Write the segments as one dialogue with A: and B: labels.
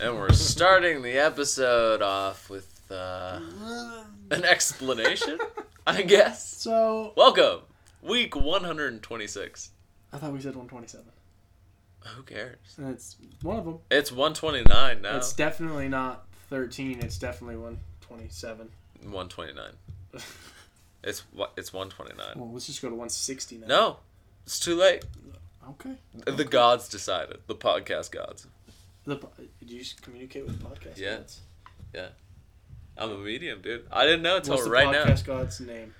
A: And we're starting the episode off with uh, an explanation, I guess.
B: So
A: Welcome, week 126.
B: I thought we said 127,
A: Who cares?
B: and it's one of them.
A: It's 129 now.
B: It's definitely not 13. It's definitely 127.
A: 129. It's wha- it's 129.
B: Well, let's just go to 160 now.
A: No, it's too late.
B: Okay.
A: The gods decided. The podcast gods.
B: The, po- did you just communicate with the podcast?
A: Yeah.
B: Gods?
A: I'm a medium, dude. I didn't know until
B: What's the
A: right now.
B: podcast god's name?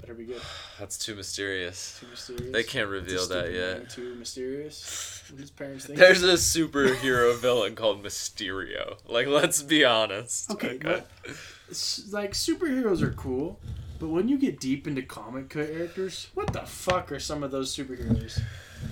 B: Better be good.
A: That's too mysterious.
B: Too mysterious.
A: They can't
B: It's a
A: reveal that
B: stupid
A: yet.
B: name, Too mysterious. What his parents think.
A: There's a superhero villain called Mysterio. Like, let's be honest.
B: Okay, but- S- like superheroes are cool, but when you get deep into comic characters, what the fuck are some of those superheroes?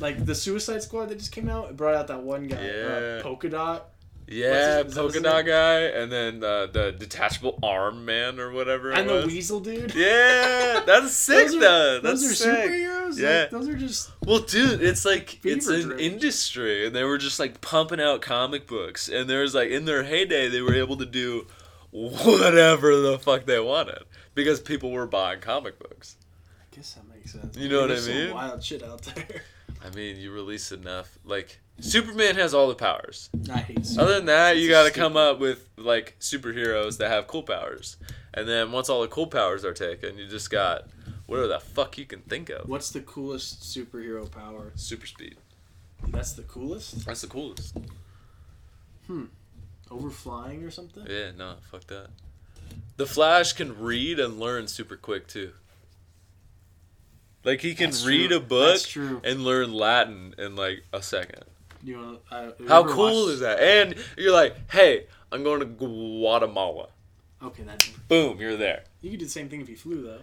B: Like the Suicide Squad that just came out, it brought out that one guy,
A: Yeah.
B: uh, Polka Dot.
A: yeah,
B: what's his- what's
A: polka
B: his
A: dot
B: name?
A: guy, and then uh, the detachable arm man or whatever. it
B: and the
A: was.
B: Weasel dude.
A: Yeah, that's sick
B: those are,
A: though. That's
B: those are
A: sick.
B: superheroes.
A: Yeah.
B: like, those are just
A: Well, dude, it's like it's
B: Fever
A: an
B: dreams.
A: industry, and they were just like pumping out comic books, and there was like in their heyday, they were able to do whatever the fuck they wanted because people were buying comic books.
B: I guess that makes sense.
A: You know what I
B: There's
A: mean?
B: Some wild shit out there.
A: I mean, you release enough like. Superman has all the powers.
B: I hate. Super-
A: Other than that, you
B: It's
A: gotta
B: stupid.
A: come up with like superheroes that have cool powers. And then once all the cool powers are taken, you just got whatever the fuck you can think of.
B: What's the coolest superhero power?
A: Super speed.
B: That's the coolest.
A: That's the coolest.
B: Overflying or something.
A: Yeah, no, fuck that. The Flash can read and learn super quick too. Like he can
B: That's
A: read
B: true.
A: a book
B: That's true.
A: and learn Latin in like a second.
B: You wanna, uh, I,
A: How cool is that? And you're like, hey, I'm going to Guatemala.
B: Okay, that
A: Boom, you're there.
B: You could do the same thing if you flew, though.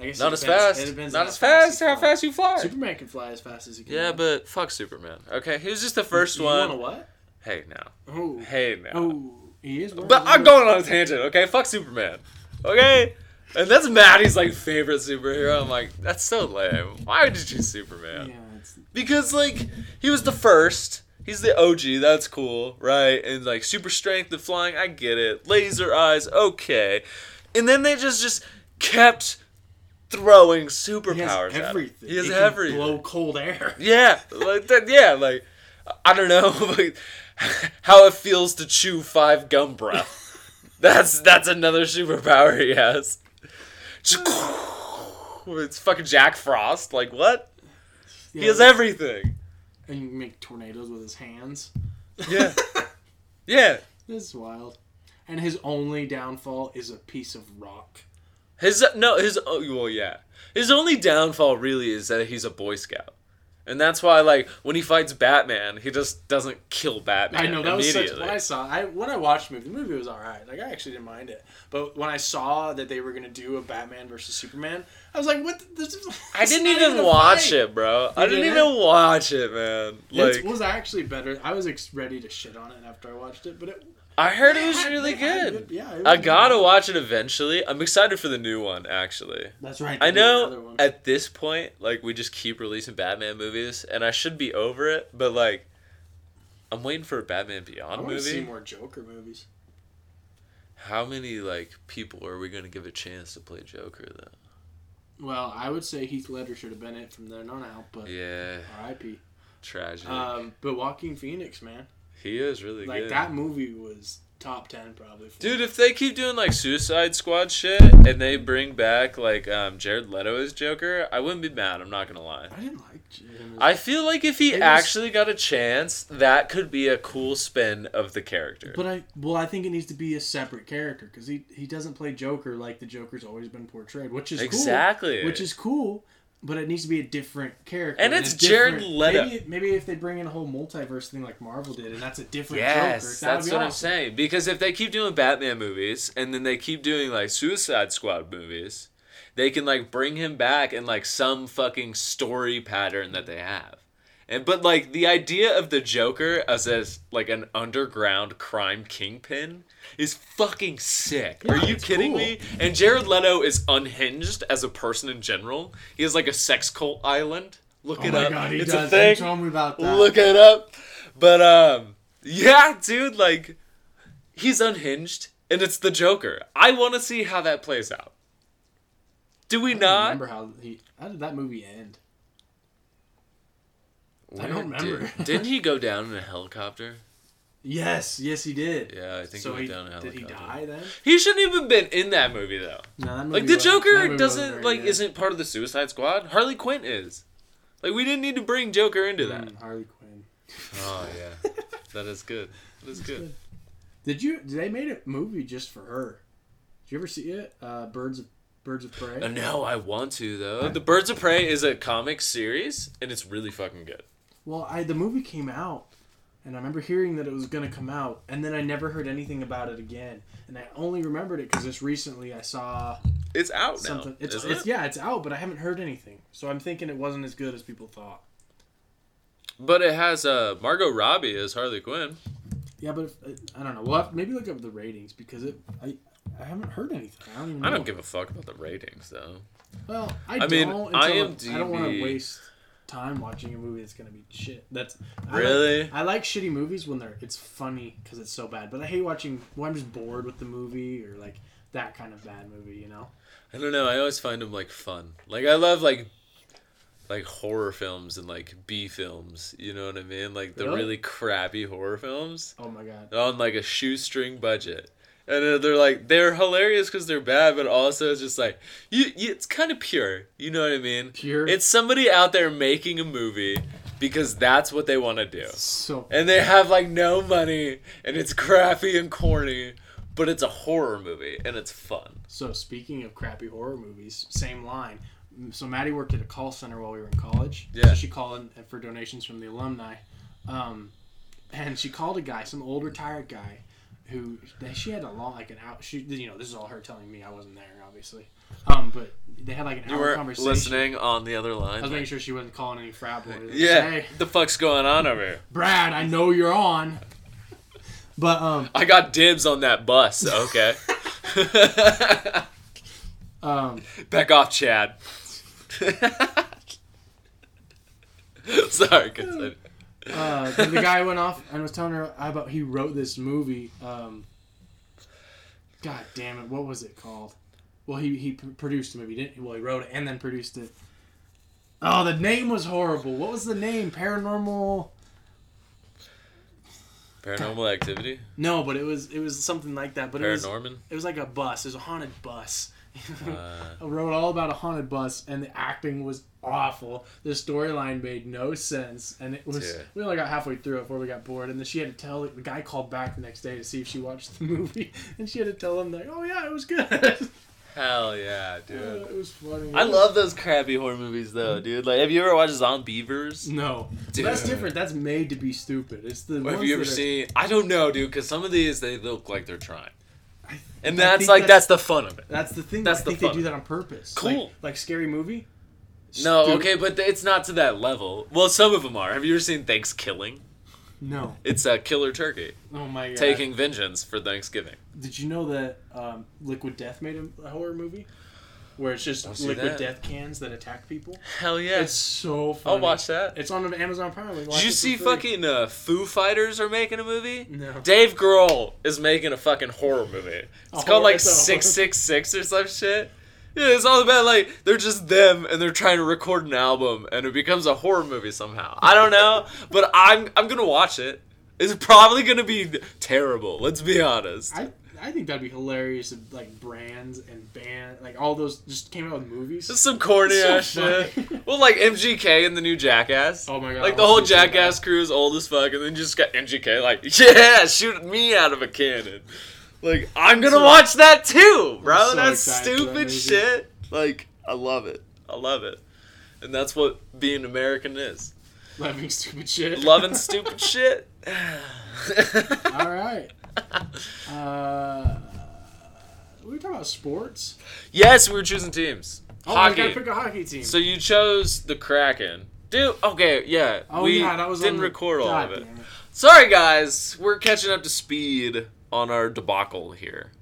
B: I guess it
A: Not as
B: depends- it
A: fast.
B: depends
A: Not
B: on
A: as fast.
B: you
A: How
B: fly.
A: fast you fly?
B: Superman can fly as fast as he can.
A: Yeah, but fuck Superman. Okay, he was just the first
B: you
A: one.
B: want a what?
A: Hey now,
B: Oh,
A: hey now.
B: oh, he is.
A: But I'm going on a tangent. Okay, fuck Superman. Okay, and that's Maddie's like favorite superhero. I'm like, that's so lame. Why would you choose Superman?
B: Yeah, it's,
A: Because like he was the first. He's the OG. That's cool, right? And like super strength and flying. I get it. Laser eyes. Okay, and then they just just kept throwing superpowers.
B: he has
A: at him.
B: everything.
A: He has
B: It can
A: everything.
B: Blow cold air.
A: Yeah, like that. Yeah, like I don't know like, how it feels to chew five gum breath. That's that's another superpower he has. It's fucking Jack Frost. Like what?
B: Yeah,
A: He has everything.
B: And you can make tornadoes with his hands.
A: Yeah, yeah.
B: This is wild. And his only downfall is a piece of rock.
A: His no, his oh, well, yeah. His only downfall really is that he's a Boy Scout, and that's why like when he fights Batman, he just doesn't kill Batman.
B: I know that was such.
A: immediately.
B: When I saw, I when I watched the movie, the movie was all right. Like I actually didn't mind it. But when I saw that they were gonna do a Batman versus Superman, I was like, what? the- This is,
A: I didn't even, watch it, bro. I didn't
B: didn't?
A: even watch it, man.
B: It
A: Like
B: was actually better. I was ex- ready to shit on it after I watched it, but it,
A: I heard it was
B: had-
A: really
B: they had
A: good.
B: good- yeah, it
A: I
B: was
A: gotta
B: good.
A: watch it eventually. I'm excited for the new one, actually.
B: that's right.
A: I
B: they did another
A: know
B: one.
A: at this point, like we just keep releasing Batman movies, and I should be over it, but like, I'm waiting for a Batman
B: I
A: Beyond
B: want to see
A: movie.
B: more Joker movies.
A: How many like people are we gonna give a chance to play Joker though?
B: Well, I would say Heath Ledger should have been it from then on out, but
A: Yeah,
B: R.I.P.
A: tragic.
B: Um, but Walking Phoenix, man,
A: he is really
B: like
A: good.
B: that movie was top ten probably. For
A: Dude, if they keep doing like Suicide Squad shit and they bring back like um, Jared Leto as Joker, I wouldn't be mad. I'm not gonna lie.
B: I didn't like. Jim.
A: I feel like if he
B: It was-
A: actually got a chance, that could be a cool spin of the character.
B: But I well, I think it needs to be a separate character because he he doesn't play Joker like the Joker's always been portrayed, which is
A: Exactly.
B: cool, which is cool. But it needs to be a different character,
A: And it's
B: a
A: Jared
B: different-
A: Leto.
B: Maybe, maybe if they bring in a whole multiverse thing like Marvel did, and that's a different Joker.
A: Yes,
B: that would
A: that's
B: be
A: what I'm
B: awesome.
A: saying. Because if they keep doing Batman movies and then they keep doing like Suicide Squad movies, they can like bring him back in like some fucking story pattern that they have. And but like the idea of the Joker as as like an underground crime kingpin is fucking sick.
B: Yeah,
A: Are you
B: it's
A: kidding
B: cool.
A: me? And Jared Leto is unhinged as a person in general. He has like a sex cult island. Look
B: Oh
A: it
B: my
A: up.
B: god, he
A: it's
B: does.
A: a thing.
B: Tell me about that.
A: Look it up. But um Yeah, dude, like he's unhinged and it's the Joker. I want to see how that plays out. Do we
B: I don't
A: not?
B: remember how he? How did that movie end? I
A: Where
B: don't remember.
A: Did, didn't he go down in a helicopter?
B: Yes, yes, he did.
A: Yeah, I think
B: so
A: he went down in a
B: did he
A: helicopter.
B: die then?
A: He shouldn't even been in that movie though.
B: No, that movie
A: Like the
B: wasn't- that movie
A: Joker
B: wasn't
A: doesn't
B: very
A: like
B: good.
A: isn't part of the Suicide Squad. Harley Quinn is. Like we didn't need to bring Joker into that.
B: Mm, Harley Quinn.
A: Oh yeah, that is good. That is good.
B: Did you? They made a movie just for her. Did you ever see it? Uh, Birds of Birds of Prey.
A: Uh, no, I want to though. The Birds of Prey is a comic series, and it's really fucking good.
B: Well, I the movie came out, and I remember hearing that it was gonna come out, and then I never heard anything about it again, and I only remembered it because just recently I saw
A: It's out now.
B: something. it's,
A: isn't
B: it's
A: it?
B: yeah, it's out, but I haven't heard anything, so I'm thinking it wasn't as good as people thought.
A: But it has uh, Margot Robbie as Harley Quinn.
B: Yeah, but if, uh, I don't know. We'll have, maybe look up the ratings because it. I I haven't heard anything. I don't even.
A: I
B: know.
A: don't give a fuck about the ratings though.
B: Well, I,
A: I mean,
B: don't. Until I, I don't want
A: IMDb
B: to waste time watching a movie that's gonna be shit. That's I like-
A: Really?
B: I like shitty movies when they're it's funny because it's so bad, but I hate watching when I'm just bored with the movie or like that kind of bad movie. You know?
A: I don't know. I always find them like fun. Like I love like like horror films and like B films. You know what I mean? Like the
B: Really?
A: really crappy horror films.
B: Oh my god.
A: on like a shoestring budget. And then they're like they're hilarious because they're bad, but also it's just like you, you it's kind of pure. You know what I mean?
B: Pure.
A: It's somebody out there making a movie because that's what they want to do,
B: so
A: and they have like no money, and it's crappy and corny, but it's a horror movie and it's fun.
B: so. Speaking of crappy horror movies, same line. So Maddie worked at a call center while we were in college.
A: Yeah.
B: So she called in for donations from the alumni. Um, and she called a guy, some old retired guy, who they- she had a long like an hour. She, you know, this is all her telling me. I wasn't there, obviously. Um, but they had like an
A: You
B: hour
A: were
B: conversation.
A: listening on the other
B: I was
A: line.
B: making sure she wasn't calling any frat boys.
A: Yeah,
B: Hey,
A: the fuck's going on over here?
B: Brad, I know you're on. But um,
A: I got dibs on that bus. Okay,
B: um,
A: back off, Chad. Sorry, continue.
B: uh, then the guy went off and was telling her about he wrote this movie. Um, God damn it, what was it called? Well, he he p- produced the movie, didn't he? Well, he wrote it and then produced it. Oh, the name was horrible. What was the name? Paranormal.
A: Paranormal Activity.
B: No, but it was it was something like that. But it was
A: Paranorman.
B: it was like a bus. It was a haunted bus.
A: Uh,
B: I wrote all about a haunted bus, and the acting was awful. The storyline made no sense, and it was
A: Yeah.
B: we only got halfway through it before we got bored. And then she had to tell the guy called back the next day to see if she watched the movie, and she had to tell him like, "Oh yeah, it was good. Uh,
A: hell yeah, dude.
B: it was funny."
A: I love those crappy horror movies though, dude. Like, have you ever watched Zombievers?
B: No,
A: Dude.
B: that's different. That's made to be stupid. It's the.
A: Or have
B: ones
A: you ever
B: that are-
A: seen? I don't know, dude. Because some of these they look like they're trying,
B: I-
A: and
B: I
A: that's
B: think
A: like that's, the fun of it.
B: That's the thing.
A: that's
B: I
A: the
B: think
A: fun.
B: they do that on purpose.
A: Cool.
B: Like, like scary movie.
A: No,
B: Stupid.
A: okay, but it's not to that level. Well, some of them are. Have you ever seen Thanksgiving?
B: No.
A: It's a killer turkey
B: Oh my god.
A: taking vengeance for Thanksgiving.
B: Did you know that um, Liquid Death made a, a horror movie where it's just
A: Don't see
B: liquid
A: that.
B: death cans that attack people?
A: Hell yeah!
B: It's so funny.
A: I'll watch that.
B: It's on Amazon Prime. We can watch
A: Did you
B: it for
A: see
B: free.
A: fucking uh, Foo Fighters are making a movie?
B: No.
A: Dave Grohl is making a fucking horror movie. It's
B: horror-
A: called like
B: it's a horror-
A: Six Six Six or some shit. Yeah, it's all about like they're just them and they're trying to record an album and it becomes a horror movie somehow. I don't know, but I'm I'm gonna watch it. It's probably gonna be terrible. Let's be honest.
B: I I think that'd be hilarious if like brands and band like all those just came out with movies.
A: Just some corny ass
B: It's so funny.
A: shit. Well, like MGK and the new Jackass.
B: Oh my God,
A: Like the
B: I'll
A: whole
B: see some of that.
A: Jackass crew is old as fuck, and then just got MGK like, yeah, shoot me out of a cannon. Like I'm gonna
B: So-
A: watch that too, bro.
B: so
A: that's
B: excited for that
A: stupid
B: movie.
A: shit. Like I love it. I love it. And that's what being American is.
B: Loving stupid shit.
A: Loving stupid shit.
B: all right. Uh, we were talking about sports.
A: yes, we were choosing teams.
B: Oh, we
A: Hockey.
B: gotta pick a hockey team.
A: So you chose the Kraken. Dude, okay, yeah.
B: oh
A: we
B: yeah, that was
A: didn't
B: on the-
A: record all
B: God
A: of it.
B: damn
A: Sorry, guys. We're catching up to speed on our debacle here.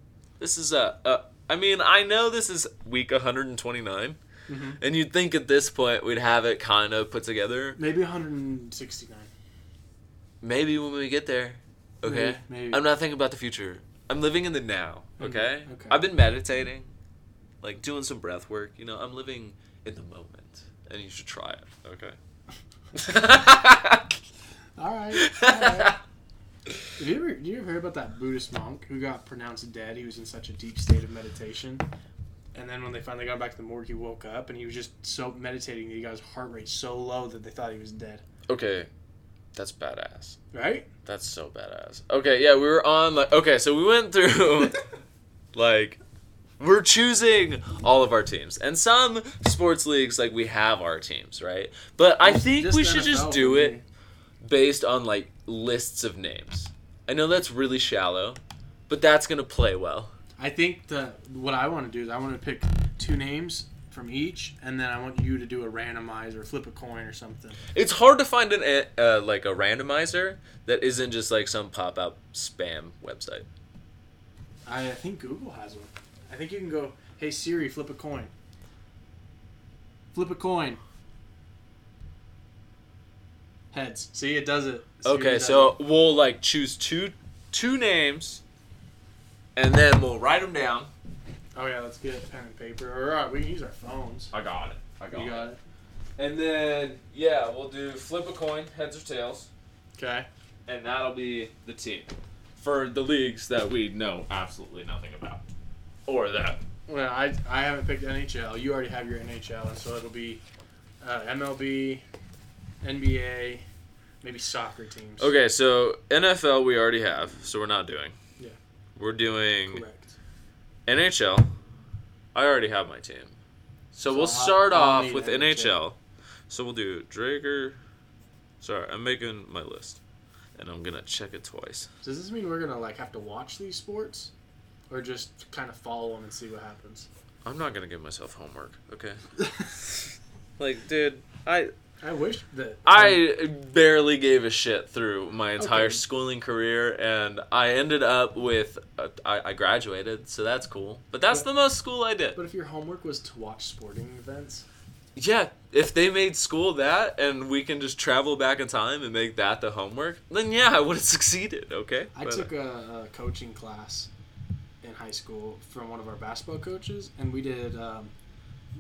A: This is a. a I mean, I know this is week 129,
B: Mhm.
A: and you'd think at this point we'd have it kind of put together.
B: Maybe 169.
A: Maybe when we get there, Okay.
B: Maybe, maybe.
A: I'm not thinking about the future. I'm living in the now. Okay.
B: okay.
A: I've been meditating, like doing some breath work. You know, I'm living in the moment, and you should try it. Okay.
B: All right. All right. Have you ever, did you ever hear about that Buddhist monk who got pronounced dead? He was in such a deep state of meditation. And then when they finally got him back to the morgue, he woke up and he was just so meditating that he got his heart rate so low that they thought he was dead.
A: okay. That's badass.
B: Right?
A: That's so badass. Okay, yeah, we were on like okay, so we went through like we're choosing all of our teams. And some sports leagues like we have our teams, right? But I think
B: Just
A: we should just
B: NFL
A: do
B: would
A: it based on like lists of names. I know that's really shallow, but that's going to play well.
B: be- I think the what I want to do is I want to pick two names from each, and then I want you to do a randomizer, flip a coin or something.
A: It's hard to find an a- uh, like a randomizer that isn't just like some pop-up spam website.
B: I think Google has one. I think you can go, hey Siri, flip a coin. Flip a coin. Heads. See, it does it. Siri
A: Okay,
B: does
A: so
B: it.
A: we'll like choose two two names, and then we'll write them down.
B: Oh, yeah, let's get pen and paper. All right, we can use our phones.
A: I got it. I
B: You got it?
A: And then yeah, we'll do flip a coin, heads or tails,
B: Okay.
A: and that'll be the team for the leagues that we know absolutely nothing about, or that.
B: Well, I, I haven't picked NHL. You already have your NHL, and so it'll be uh, MLB, NBA, maybe soccer teams.
A: Okay, so NFL we already have, so we're not doing.
B: Yeah.
A: We're doing
B: Correct.
A: NHL. I already have my team, so,
B: So
A: we'll
B: I'll-
A: start
B: I'll
A: off
B: need
A: with
B: NHL.
A: NHL. So we'll do Drager. Sorry, I'm making my list, and I'm gonna check it twice.
B: Does this mean we're going to, like, have to watch these sports? Or just kind of follow them and see what happens?
A: I'm not gonna give myself homework. Okay. Like, dude, I
B: I wish that um,
A: I barely gave a shit through my entire
B: Okay.
A: schooling career, and I ended up with uh, I, I graduated, so that's cool. But that's
B: But-
A: the most school I did.
B: But if your homework was to watch sporting events,
A: Yeah, if they made school that, and we can just travel back in time and make that the homework, then yeah, I would have succeeded. Okay.
B: I
A: But, uh,
B: took a, a coaching class in high school from one of our basketball coaches, and we did um,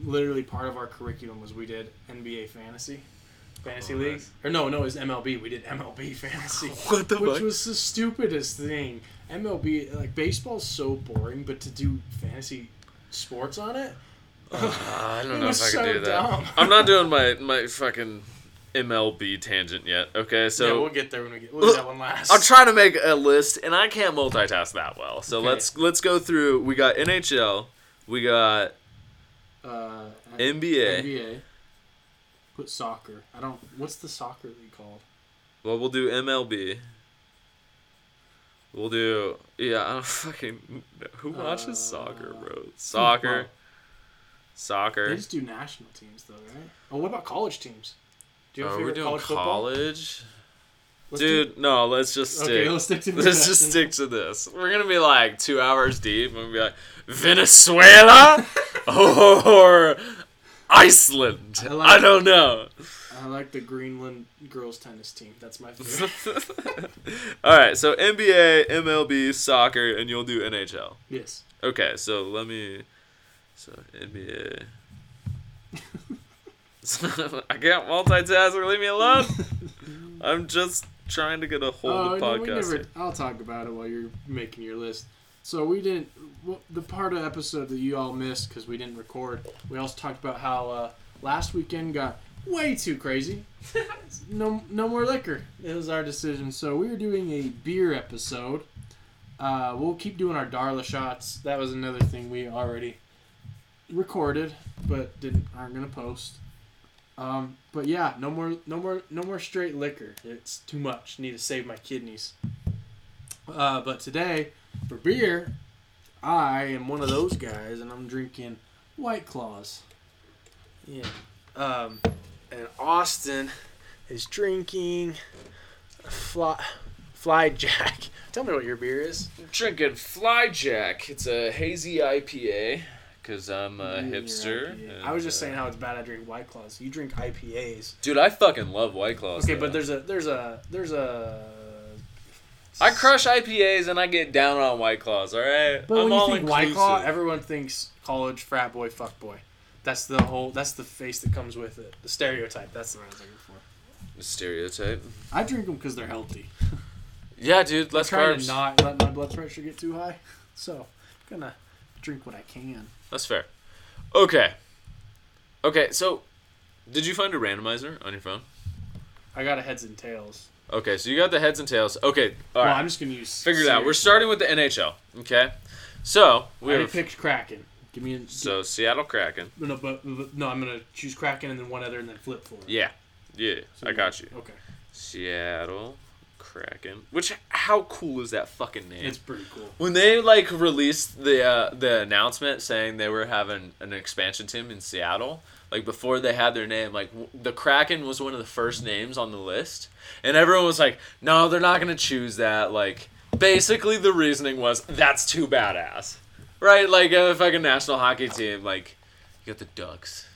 B: literally part of our curriculum was we did NBA fantasy, fantasy
A: Oh,
B: league,
A: nice.
B: or no, no, it was MLB. We did MLB fantasy,
A: What the
B: which
A: fuck?
B: was the stupidest thing. MLB like baseball's so boring, but to do fantasy sports on it,
A: Uh, I
B: It
A: don't know
B: was
A: if I
B: so
A: can do that.
B: dumb.
A: I'm not doing my my fucking MLB tangent yet. Okay, so
B: yeah, we'll get there when we get we'll do that one last.
A: I'm trying to make a list, and I can't multitask that well. So
B: Okay.
A: let's let's go through. We got NHL, we got
B: uh,
A: NBA.
B: NBA. Put soccer. I don't. What's the soccer league called?
A: Well, we'll do MLB. We'll do yeah. I don't fucking know. who watches
B: Uh,
A: soccer, bro. Soccer,
B: They
A: soccer.
B: just do national teams though, right? Oh, what about college teams? Do you have
A: Are
B: a
A: we
B: favorite
A: Oh, doing
B: college,
A: college?
B: football? Let's do-
A: Dude, no. Let's just stick.
B: okay, let's stick to
A: Let's
B: the-
A: just stick to this. We're gonna be like two hours deep, and we'll be like Venezuela or Iceland.
B: I
A: I,
B: like-
A: don't know.
B: I like the Greenland girls tennis team. That's my favorite.
A: All right, so NBA, MLB, soccer, and you'll do NHL.
B: yes.
A: Okay, so let me. So NBA. I can't multitask. Leave me alone. I'm just trying to get a hold
B: Oh,
A: of
B: no, we
A: podcasting.
B: never. I'll talk about it while you're making your list. So we didn't. Well, the part of the episode that you all missed because we didn't record. We also talked about how uh, last weekend got way too crazy. no, no more liquor. It was our decision. So we were doing a beer episode. Uh, we'll keep doing our Darla shots. That was another thing we already recorded, but didn't aren't gonna post. Um, but yeah, no more, no more, no more straight liquor. It's too much. Need to save my kidneys. Uh, but today, for beer, I am one of those guys, and I'm drinking White Claws. Yeah. Um, and Austin is drinking Fly Fly Jack. Tell me what your beer is.
A: drinking Flyjack. It's a hazy IPA because I'm a
B: Ooh, your
A: hipster.
B: IPA.
A: and,
B: I was just
A: uh,
B: saying how it's bad I drink White Claws. You drink IPAs.
A: Dude, I fucking love White Claws.
B: Okay,
A: though.
B: but there's a there's a there's a
A: I crush IPAs and I get down on White Claws. All right,
B: But
A: I'm
B: when you
A: all
B: think White
A: inclusive.
B: Claw, everyone thinks college frat boy, fuck boy. That's the whole. That's the face that comes with it. The stereotype. That's the one I was looking for.
A: stereotype.
B: I drink them because they're healthy.
A: Yeah, dude,
B: I'm
A: less
B: trying
A: carbs.
B: to not let my blood pressure get too high, so I'm gonna drink what I can.
A: That's fair. Okay. Okay, so did you find a randomizer on your phone?
B: I got a heads and tails.
A: Okay, so you got the heads and tails. Okay, all
B: well,
A: right.
B: I'm just gonna use.
A: Figure it out. We're
B: serious-
A: starting with the NHL. Okay, so we
B: I
A: have
B: picked Kraken. Give me a,
A: so Seattle Kraken.
B: no, but, no. I'm gonna choose Kraken and then one other and then flip for it.
A: Yeah, yeah, I got you.
B: Okay,
A: Seattle Kraken. Which how cool is that fucking name?
B: it's pretty cool.
A: when they like released the uh, the announcement saying they were having an expansion team in Seattle, like before they had their name, like w- the Kraken was one of the first names on the list, and everyone was like, "No, they're not gonna choose that." Like basically, the reasoning was that's too badass, right? Like a fucking national hockey team, like you got the Ducks,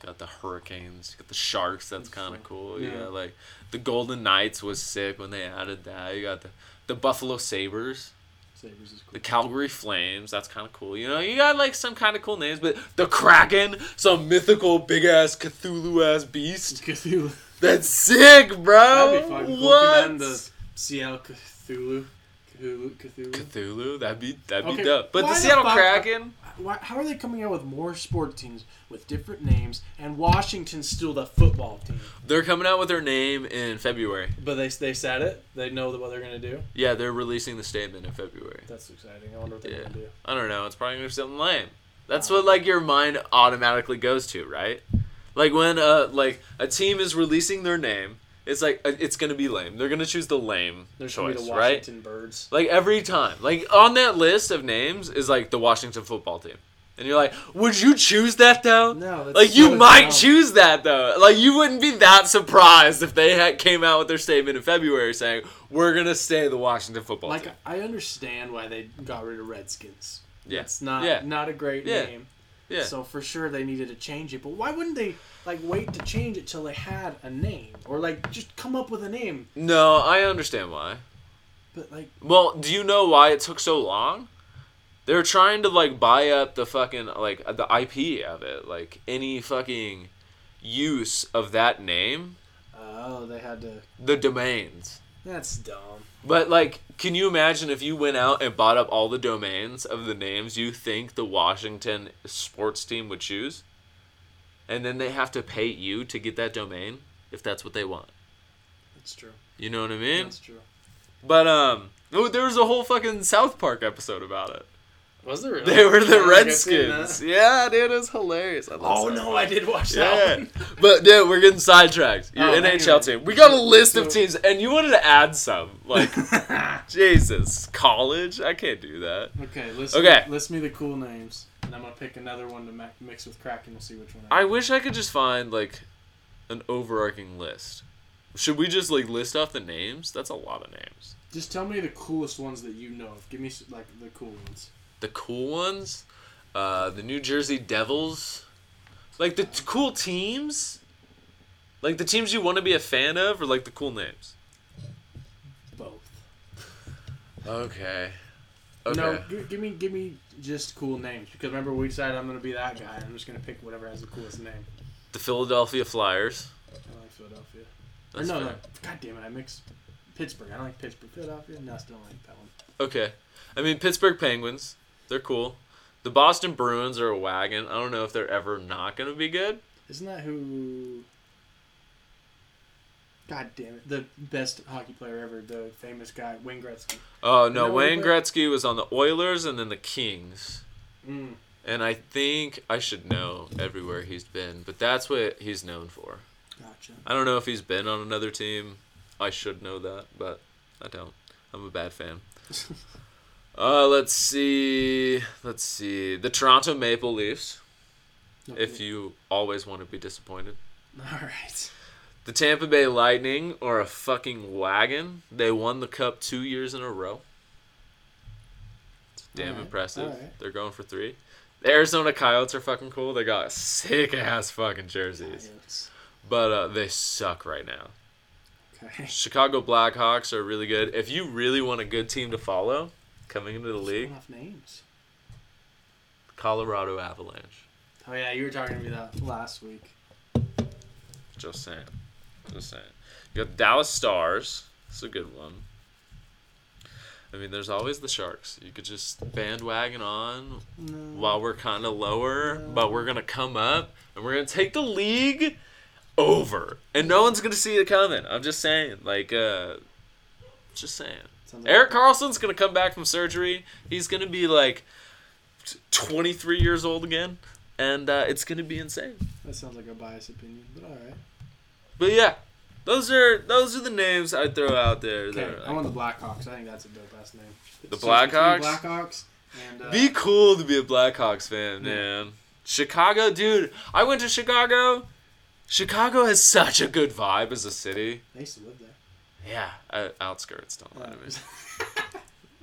A: you got the Hurricanes, you got the Sharks. That's kind of cool. Yeah,
B: Yeah.
A: like the Golden Knights was sick when they added that. You got the the Buffalo Sabers
B: Sabres is cool.
A: the Calgary Flames. That's kind of cool. You know, you got like some kind of cool names, but the Kraken, some mythical big ass Cthulhu ass beast.
B: Cthulhu.
A: That's sick, bro.
B: That'd be fucking cool.
A: What?
B: Command the Seattle Cthulhu. Cthulhu. Cthulhu.
A: Cthulhu? That'd be that'd be
B: Okay,
A: dope. But
B: why
A: the
B: the
A: Seattle
B: fuck-
A: Kraken.
B: Why, how are they coming out with more sport teams with different names and Washington's still the football team?
A: They're coming out with their name in February.
B: But they, they said it. They know what they're going to do.
A: Yeah, they're releasing the statement in February.
B: That's exciting. I wonder what they're
A: Yeah.
B: going to do.
A: I don't know. It's probably gonna be something lame. That's what like your mind automatically goes to, right? Like when uh like a team is releasing their name, it's like uh, it's gonna be lame. They're gonna choose the lame
B: There's going to
A: choice,
B: be the
A: right?
B: Washington Birds.
A: Like every time, like on that list of names is like the Washington football team, and you're like, would you choose that though?
B: No, that's
A: Like you
B: so
A: might
B: dumb.
A: choose that though. Like you wouldn't be that surprised if they had came out with their statement in February saying we're gonna stay the Washington football
B: Like,
A: team.
B: I understand why they got rid of Redskins.
A: Yeah.
B: It's not,
A: Yeah.
B: not a great
A: Yeah.
B: name.
A: Yeah.
B: So for sure they needed to change it, but why wouldn't they like wait to change it till they had a name or like just come up with a name?
A: No, I understand why.
B: But like
A: Well, do you know why it took so long? they were trying to like buy up the fucking like the IP of it, like any fucking use of that name,
B: Oh, they had to.
A: the domains.
B: That's dumb.
A: But like, can you imagine if you went out and bought up all the domains of the names you think the Washington sports team would choose, and then they have to pay you to get that domain if that's what they want?
B: That's true.
A: You know what I mean?
B: That's true.
A: But um, oh, there was a whole fucking South Park episode about it.
B: Was there?
A: They were the Redskins. Yeah, dude, it was hilarious. I love
B: Oh
A: that.
B: no, I did watch that
A: Yeah,
B: one.
A: but dude, we're getting sidetracked. Your
B: Oh,
A: NHL
B: anyway.
A: team. We got a list of
B: So-
A: teams, and you wanted to add some. Like, Jesus, college. I can't do that.
B: okay, list
A: Okay.
B: Me, list me the cool names, and I'm gonna pick another one to ma- mix with crack, and we'll see which one.
A: I wish I could just find like an overarching list. Should we just like list off the names? That's a lot of names.
B: Just tell me the coolest ones that you know of. Give me s- like the cool ones.
A: The cool ones, uh, the New Jersey Devils, like the t- cool teams, like the teams you want to be a fan of, or like the cool names.
B: Both.
A: Okay. Okay.
B: No, g- give me give me just cool names because remember we decided I'm gonna be that guy. I'm just gonna pick whatever has the coolest name.
A: The Philadelphia Flyers.
B: I like Philadelphia. Or
A: That's
B: no, no,
A: fair.
B: God damn it! I mixed Pittsburgh. I don't like Pittsburgh. Philadelphia. No, I still don't like that one.
A: Okay. I mean Pittsburgh Penguins. They're cool. The Boston Bruins are a wagon. I don't know if they're ever not gonna be good.
B: Isn't that who? God damn it! The best hockey player ever, the famous guy Wayne Gretzky.
A: Oh
B: that
A: no,
B: what
A: Wayne
B: they-
A: Gretzky was on the Oilers and then the Kings.
B: Mm.
A: And I think I should know everywhere he's been, but that's what he's known for.
B: Gotcha.
A: I don't know if he's been on another team. I should know that, but I don't. I'm a bad fan. uh, let's see. Let's see. The Toronto Maple Leafs, if you always want to be disappointed.
B: All right.
A: The Tampa Bay Lightning are a fucking wagon. They won the cup two years in a row. It's damn
B: Alright,
A: impressive.
B: alright.
A: They're going for three. The Arizona Coyotes are fucking cool. They got sick ass fucking jerseys.
B: Yes.
A: But uh, they suck right now.
B: Okay.
A: Chicago Blackhawks are really good. If you really want a good team to follow, coming into the league,
B: Enough names.
A: Colorado Avalanche.
B: Oh yeah, you were talking to me that last week.
A: Just saying. Just saying. You got Dallas Stars. It's a good one. I mean, there's always the Sharks. You could just bandwagon on
B: No.
A: while we're kind of lower, but we're going to come up and we're going to take the league over. And no one's going to see it coming. I'm just saying. Like, uh, just saying.
B: Sounds like-
A: Eric Carlson's going to come back from surgery. He's going to be like 23 years old again. And uh, it's going to be insane.
B: That sounds like a biased opinion, but all right.
A: But yeah, those are those are the names I throw out there. that
B: Okay,
A: are
B: I want
A: like-
B: the Blackhawks. I think that's a dope ass name.
A: The
B: So between
A: Blackhawks?
B: Blackhawks and uh,
A: Be cool to be a Blackhawks fan,
B: Yeah.
A: man. Chicago, dude. I went to Chicago. Chicago has such a good vibe as a city.
B: I used to live there.
A: Yeah, uh, outskirts. Don't lie
B: Uh,
A: to me.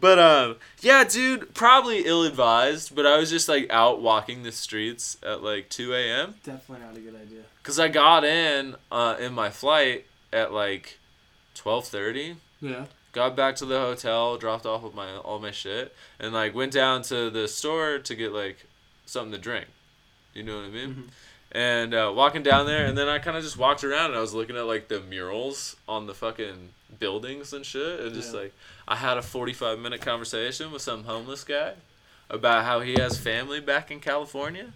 A: but um yeah dude probably ill-advised but i was just like out walking the streets at like 2 a.m
B: definitely not a good idea.
A: because i got in uh in my flight at like 12.30
B: Yeah.
A: got back to the hotel dropped off with my all my shit and like went down to the store to get like something to drink you know what i
B: Mm-hmm.
A: mean and uh, walking down there and then i kind of just walked around and i was looking at like the murals on the fucking buildings and shit and just
B: Yeah.
A: like i had a 45 minute conversation with some homeless guy about how he has family back in california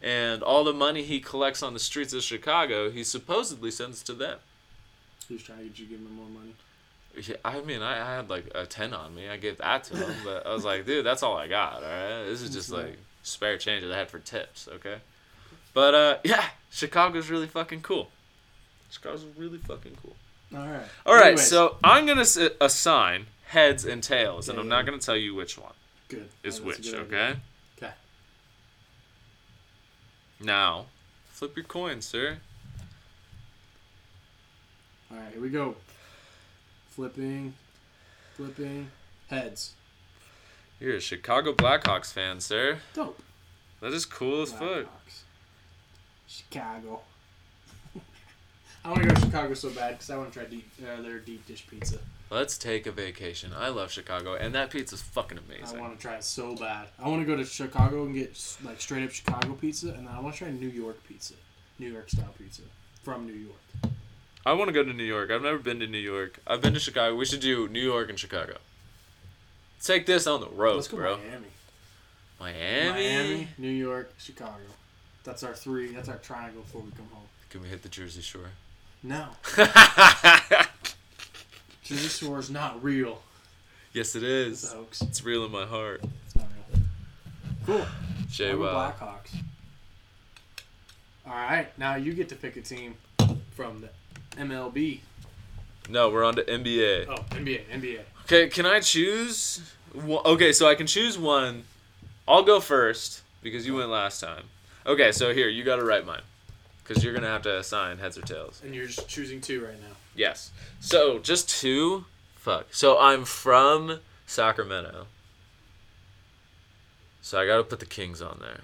A: and all the money he collects on the streets of chicago he supposedly sends to them
B: He was trying to get you to give him more money.
A: yeah, I mean, I, I had like a 10 on me. I gave that to him, but I was like, dude, that's all I got, all right? This is just like spare change that I had for tips, okay? But uh, yeah, Chicago's really fucking cool. Chicago's really fucking cool.
B: All right.
A: All right,
B: Anyways,
A: so I'm going to assign heads and tails, and I'm
B: Yeah.
A: not going to tell you which one
B: good.
A: is
B: Oh, that's a
A: which,
B: good
A: okay?
B: idea. Okay.
A: Now, flip your coin, sir.
B: All right, here we go. Flipping, flipping, heads.
A: You're a Chicago Blackhawks fan, sir.
B: Dope.
A: That is cool as fuck.
B: Blackhawks. Chicago. I want to go to Chicago so bad because I want to try deep, uh, their deep dish pizza.
A: Let's take a vacation. I love Chicago, and that pizza's fucking amazing.
B: I want to try it so bad. I want to go to Chicago and get s- like straight up Chicago pizza, and then I want to try New York pizza, New York style pizza from New York.
A: I want to go to New York. I've never been to New York. I've been to Chicago. We should do New York and Chicago. Take this on the road,
B: Let's go
A: bro.
B: Miami.
A: Miami.
B: Miami, New York, Chicago. That's our three. That's our triangle before we come home.
A: Can we hit the Jersey Shore?
B: No, Jersey Shore is not real.
A: yes, it
B: It's
A: is.
B: a hoax.
A: It's real in my heart.
B: It's not real. Cool.
A: Jay
B: I'm a
A: Wow.
B: Blackhawks. All right, now you get to pick a team from the MLB.
A: No, we're on to NBA.
B: Oh, NBA, NBA.
A: Okay, can I choose? one- Okay, so I can choose one. I'll go first because you went last time. Okay, so here you got to write mine because you're gonna have to assign heads or tails.
B: And you're just choosing two right now.
A: Yes. So just two. Fuck. So I'm from Sacramento. So I gotta put the Kings on there.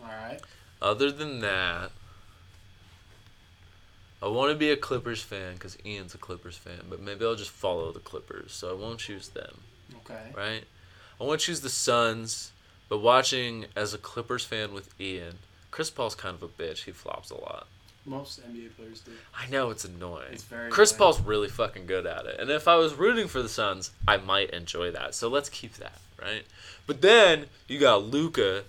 B: All right.
A: Other than that, I want to be a Clippers fan because Ian's a Clippers fan, but maybe I'll just follow the Clippers. So I won't choose them,
B: Okay.
A: right? I want to choose the Suns, but watching as a Clippers fan with Ian, Chris Paul's kind of a bitch. He flops a lot.
B: Most NBA players do.
A: I know it's annoying.
B: It's very
A: Chris
B: annoying.
A: Paul's really fucking good at it, and if I was rooting for the Suns, I might enjoy that. So let's keep that, right? But then you got Luca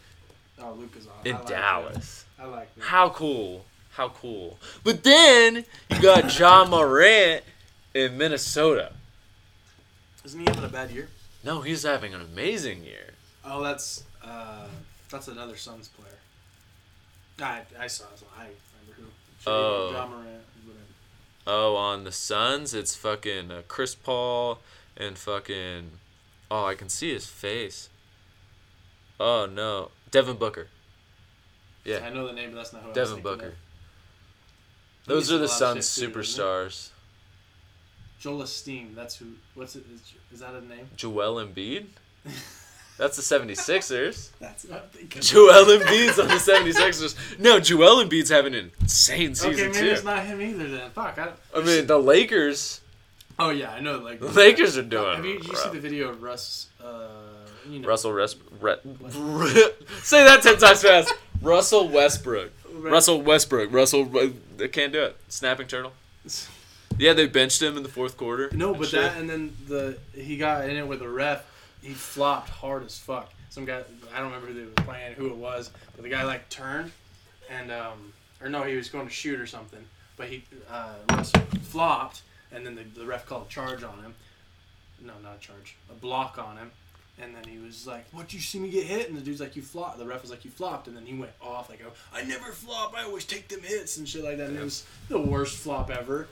B: Oh, Luca's off.
A: in
B: I like That.
A: Dallas.
B: I like that.
A: How cool! How cool! But then you got John Morant in Minnesota.
B: Isn't he having a bad year?
A: No, he's having an amazing year.
B: Oh, that's uh, that's another Suns player. I I saw this one. I remember who.
A: Oh.
B: John Morant. whatever.
A: Oh, on the Suns, it's fucking uh, Chris Paul and fucking. Oh, I can see his face. Oh no, Devin Booker. Yeah.
B: I know the name, but that's not who. I was
A: Devin
B: thinking
A: Booker.
B: of.
A: Those
B: He's
A: are the
B: a lot of
A: Suns
B: shit too, isn't he?
A: superstars.
B: Joel Esteem. That's who. What's it? Is, is that his name?
A: Joel Embiid? That's the 76ers.
B: That's what I'm thinking.
A: Joel Embiid's on the 76ers. No, Joel Embiid's having an insane
B: okay,
A: season,
B: maybe it's
A: too.
B: not him either then. Fuck. I,
A: I mean, the Lakers.
B: oh yeah, I know. Like
A: The Lakers are doing.
B: Have you, did you see
A: rough.
B: the video of Russ? Uh, you know,
A: Russell Res- Re- Say that 10 times fast. Russell Westbrook.
B: Re-
A: Russell Westbrook. Russell. uh, They can't do it. Snapping turtle. Yeah, they benched him in the fourth quarter.
B: No, but
A: Shit.
B: that and then the he got in it with a ref. He flopped hard as fuck. Some guy I don't remember who they were playing, who it was, but the guy like turned and um or no, he was going to shoot or something, but he uh Russell flopped and then the, the ref called a charge on him. No, not a charge, a block on him. And then he was like, "What? You see me get hit?" And the dude's like, "You flopped." The ref was like, "You flopped." And then he went off like, "Oh, "I never flop. I always take them hits and shit like that." And it was the worst flop ever.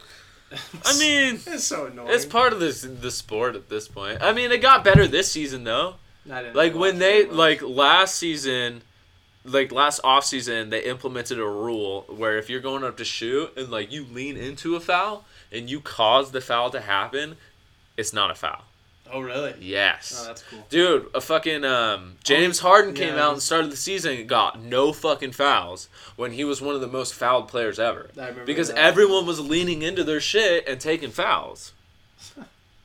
A: I mean,
B: it's so annoying.
A: it's part of this the sport at this point. I mean, it got better this season though.
B: I didn't
A: Like
B: watch
A: when they
B: that much.
A: like last season, like last off season, they implemented a rule where if you're going up to shoot and like you lean into a foul and you cause the foul to happen, it's not a foul.
B: oh really
A: Yes.
B: oh that's cool
A: Dude, a fucking um, James Harden came
B: yeah.
A: out and started the season and got no fucking fouls when he was one of the most fouled players ever.
B: I remember
A: Because
B: that.
A: everyone was leaning into their shit and taking fouls.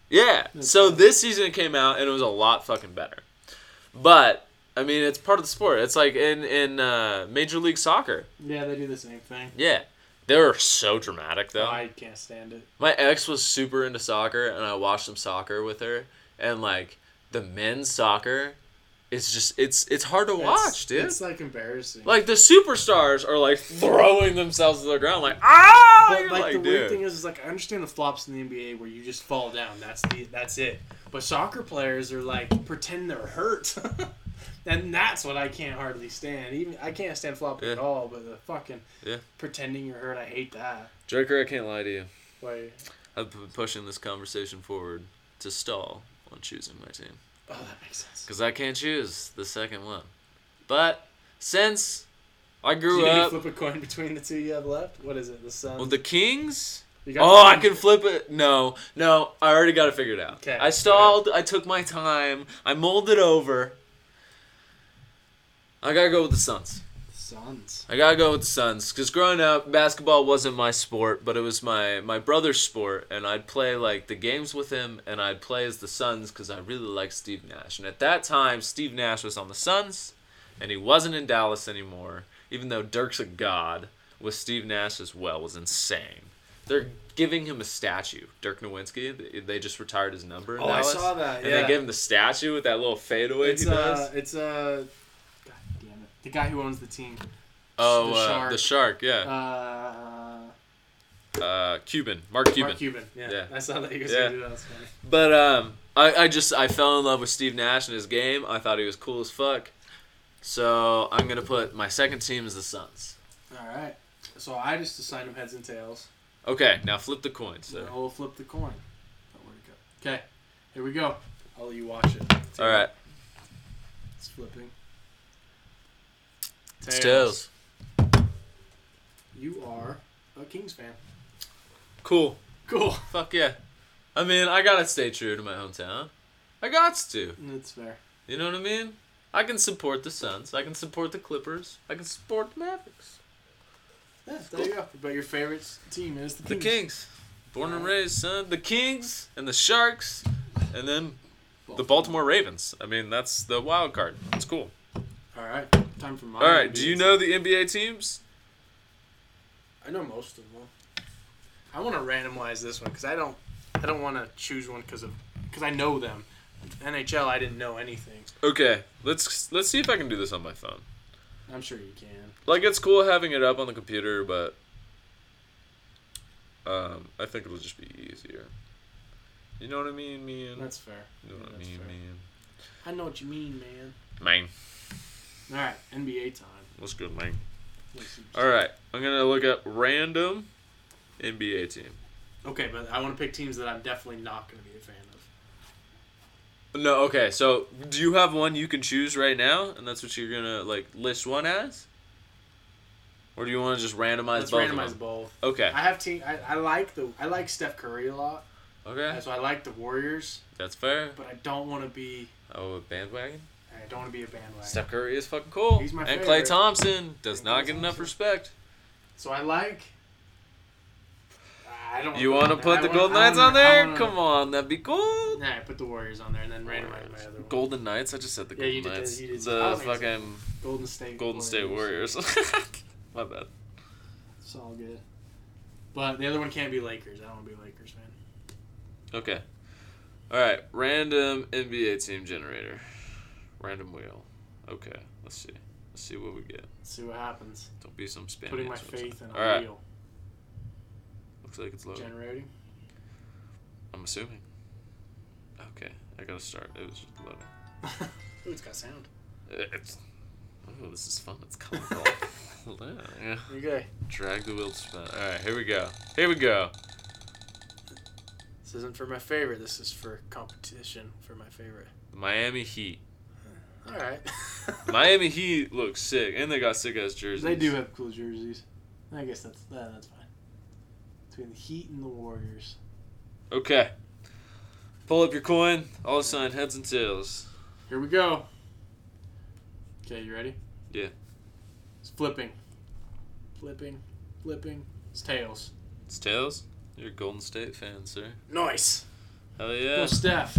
A: Yeah. so this season it came out and it was a lot fucking better. But I mean, it's part of the sport. It's like in in uh, Major League Soccer.
B: yeah they do the same thing
A: Yeah. They're so dramatic though.
B: I can't stand it
A: My ex was super into soccer, and I watched some soccer with her, and like the men's soccer, it's just it's it's hard to watch,
B: It's-
A: dude.
B: it's like embarrassing
A: like the superstars are like throwing themselves to the ground, like ah,
B: but
A: You're
B: like, the
A: dude.
B: weird thing is, is like I understand the flops in the NBA where you just fall down. That's the that's it. But soccer players are like pretend they're hurt, and that's what I can't hardly stand. Even I can't stand flopping at
A: Yeah.
B: all. But the fucking
A: Yeah.
B: pretending you're hurt, I hate that.
A: Joker, I can't lie to you.
B: Like
A: I've been pushing this conversation forward to stall on choosing my team
B: oh, that makes sense.
A: because I can't choose the second one. But since I
B: Do
A: grew
B: you need to
A: up
B: flip a coin between the two you have left? What is it? The sun.
A: with the Kings.
B: You got
A: Oh, I
B: the-
A: can flip it. No, no, I already got it figured out.
B: Okay.
A: I stalled. I took my time. I molded over. I gotta go with the Suns.
B: Suns.
A: I gotta go with the Suns because growing up, basketball wasn't my sport, but it was my my brother's sport, and I'd play like the games with him, and I'd play as the Suns because I really liked Steve Nash, and at that time, Steve Nash was on the Suns, and he wasn't in Dallas anymore, even though Dirk's a god. With Steve Nash as well was insane. They're giving him a statue. Dirk Nowitzki, they- they just retired his number. in
B: Oh, I
A: Dallas,
B: saw that,
A: And
B: yeah.
A: they gave him the statue with that little fadeaway
B: It's
A: he does.
B: uh, it's uh, God damn it, the guy who owns the team.
A: oh,
B: the
A: uh,
B: shark.
A: the shark, yeah.
B: Uh,
A: uh, Cuban, Mark Cuban.
B: Mark Cuban. Yeah.
A: Yeah.
B: I saw that you guys
A: Yeah.
B: gonna do that. That's funny.
A: But um, I, I just I fell in love with Steve Nash and his game. I thought he was cool as fuck. So I'm gonna put my second team is the Suns.
B: All right. So I just assigned them heads and tails.
A: Okay, now flip the coin,
B: So
A: sir.
B: we'll flip the coin. Oh, where'd it go? Okay. Here we go. I'll let you watch it.
A: All right,
B: It's flipping.
A: it's tails.
B: You are a Kings fan.
A: Cool.
B: Cool.
A: Fuck yeah. I mean, I gotta stay true to my hometown. I got to.
B: That's fair.
A: You know what I mean? I can support the Suns. I can support the Clippers. I can support the Mavericks.
B: Yeah, there you go. But your favorite team is the
A: The
B: Kings.
A: Kings. Born and raised, son. The Kings and the Sharks. And then the Baltimore Ravens. I mean, that's the wild card. It's cool.
B: All right. Time for mine.
A: All right. Do you know the NBA teams?
B: I know most of them. I want to randomize this one because I don't, I don't want to choose one because of, because I know them. NHL, I didn't know anything.
A: Okay. Let's let's see if I can do this on my phone.
B: I'm sure you can.
A: Like it's cool having it up on the computer, but um, I think it'll just be easier. You know what I mean, man.
B: That's fair.
A: you know what I
B: That's
A: mean,
B: fair.
A: man.
B: I know what you mean, man.
A: Man,
B: All right, NBA time.
A: what's good, man?
B: Let's see.
A: All right. I'm gonna look up random NBA team.
B: Okay, but I want to pick teams that I'm definitely not going to be a fan of.
A: No. Okay. So do you have one you can choose right now, and that's what you're gonna like list one as? Or do you want to just randomize
B: Let's
A: both? of
B: randomize
A: them?
B: both.
A: Okay.
B: I have team. I, I like the. I like Steph Curry a lot,
A: Okay.
B: so I like the Warriors,
A: That's fair.
B: but I don't want to be.
A: Oh, a bandwagon?
B: I I don't want to be a bandwagon.
A: Steph Curry is fucking cool.
B: He's my
A: and Clay
B: favorite.
A: Thompson does
B: And
A: not
B: Klay
A: get enough
B: Thompson.
A: respect.
B: So I like. I don't.
A: You want
B: wanna
A: to put the
B: I wanna-
A: Golden
B: I
A: Knights
B: wanna-
A: on there?
B: I wanna-
A: Come on, that'd be cool.
B: Nah, I put the Warriors on there and then randomized my other one.
A: Golden Knights? I just said the
B: Yeah,
A: Golden
B: you did that,
A: Knights.
B: you did. I
A: The
B: was like-
A: fucking
B: Golden State.
A: Golden State Warriors. My bad.
B: It's all good. But the other one can't be Lakers. I don't want to be Lakers, man.
A: Okay. All right. Random NBA team generator. Random wheel. Okay. Let's see. Let's see what we get.
B: Let's see what happens.
A: Don't be some spam.
B: Putting my
A: answer.
B: faith in a
A: All right.
B: wheel
A: Looks like it's loading.
B: generating.
A: I'm assuming. Okay. I gotta start. It was just loading.
B: Ooh, it's got sound.
A: It's. Oh, this is fun. It's colorful. Hold on. Yeah.
B: Okay.
A: Drag the wheel to spin. All right. Here we go. Here we go.
B: This isn't for my favorite. This is for competition for my favorite.
A: Miami Heat.
B: All right.
A: Miami Heat looks sick, and they got sick ass jerseys.
B: they do have cool jerseys. I guess that's that, that's fine. Between the Heat and the Warriors.
A: Okay. Pull up your coin. All assigned heads and tails.
B: Here we go. Okay, you ready?
A: Yeah.
B: It's flipping. Flipping. Flipping. It's tails.
A: It's tails. You're a Golden State fan, sir.
B: Nice.
A: Hell
B: Go
A: yeah.
B: Steph.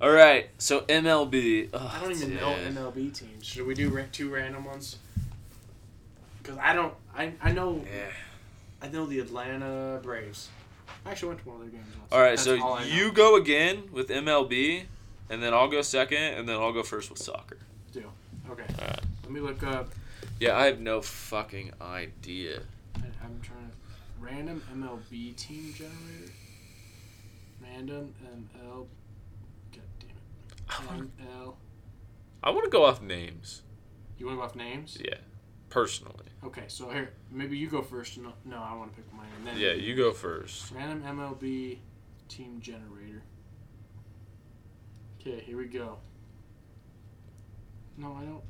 A: All right. So MLB. Ugh,
B: I don't even
A: dude.
B: know MLB teams. Should we do ra- two random ones? Because I don't. I I know.
A: Yeah.
B: I know the Atlanta Braves. I actually went to one of their games. Once.
A: All right.
B: That's
A: so
B: all I know.
A: you go again with MLB, and then I'll go second, and then I'll go first with soccer.
B: Okay.
A: All right.
B: Let me look up.
A: Yeah, I have no fucking idea.
B: I, I'm trying to. Random MLB team generator. Random ML. God damn
A: I
B: it. ML.
A: want to go off names.
B: You want to go off names?
A: Yeah. Personally.
B: Okay, so here, maybe you go first. No, no I want to pick mine. And then
A: Yeah, you go first.
B: Random MLB team generator. Okay, here we go. No, I don't. want-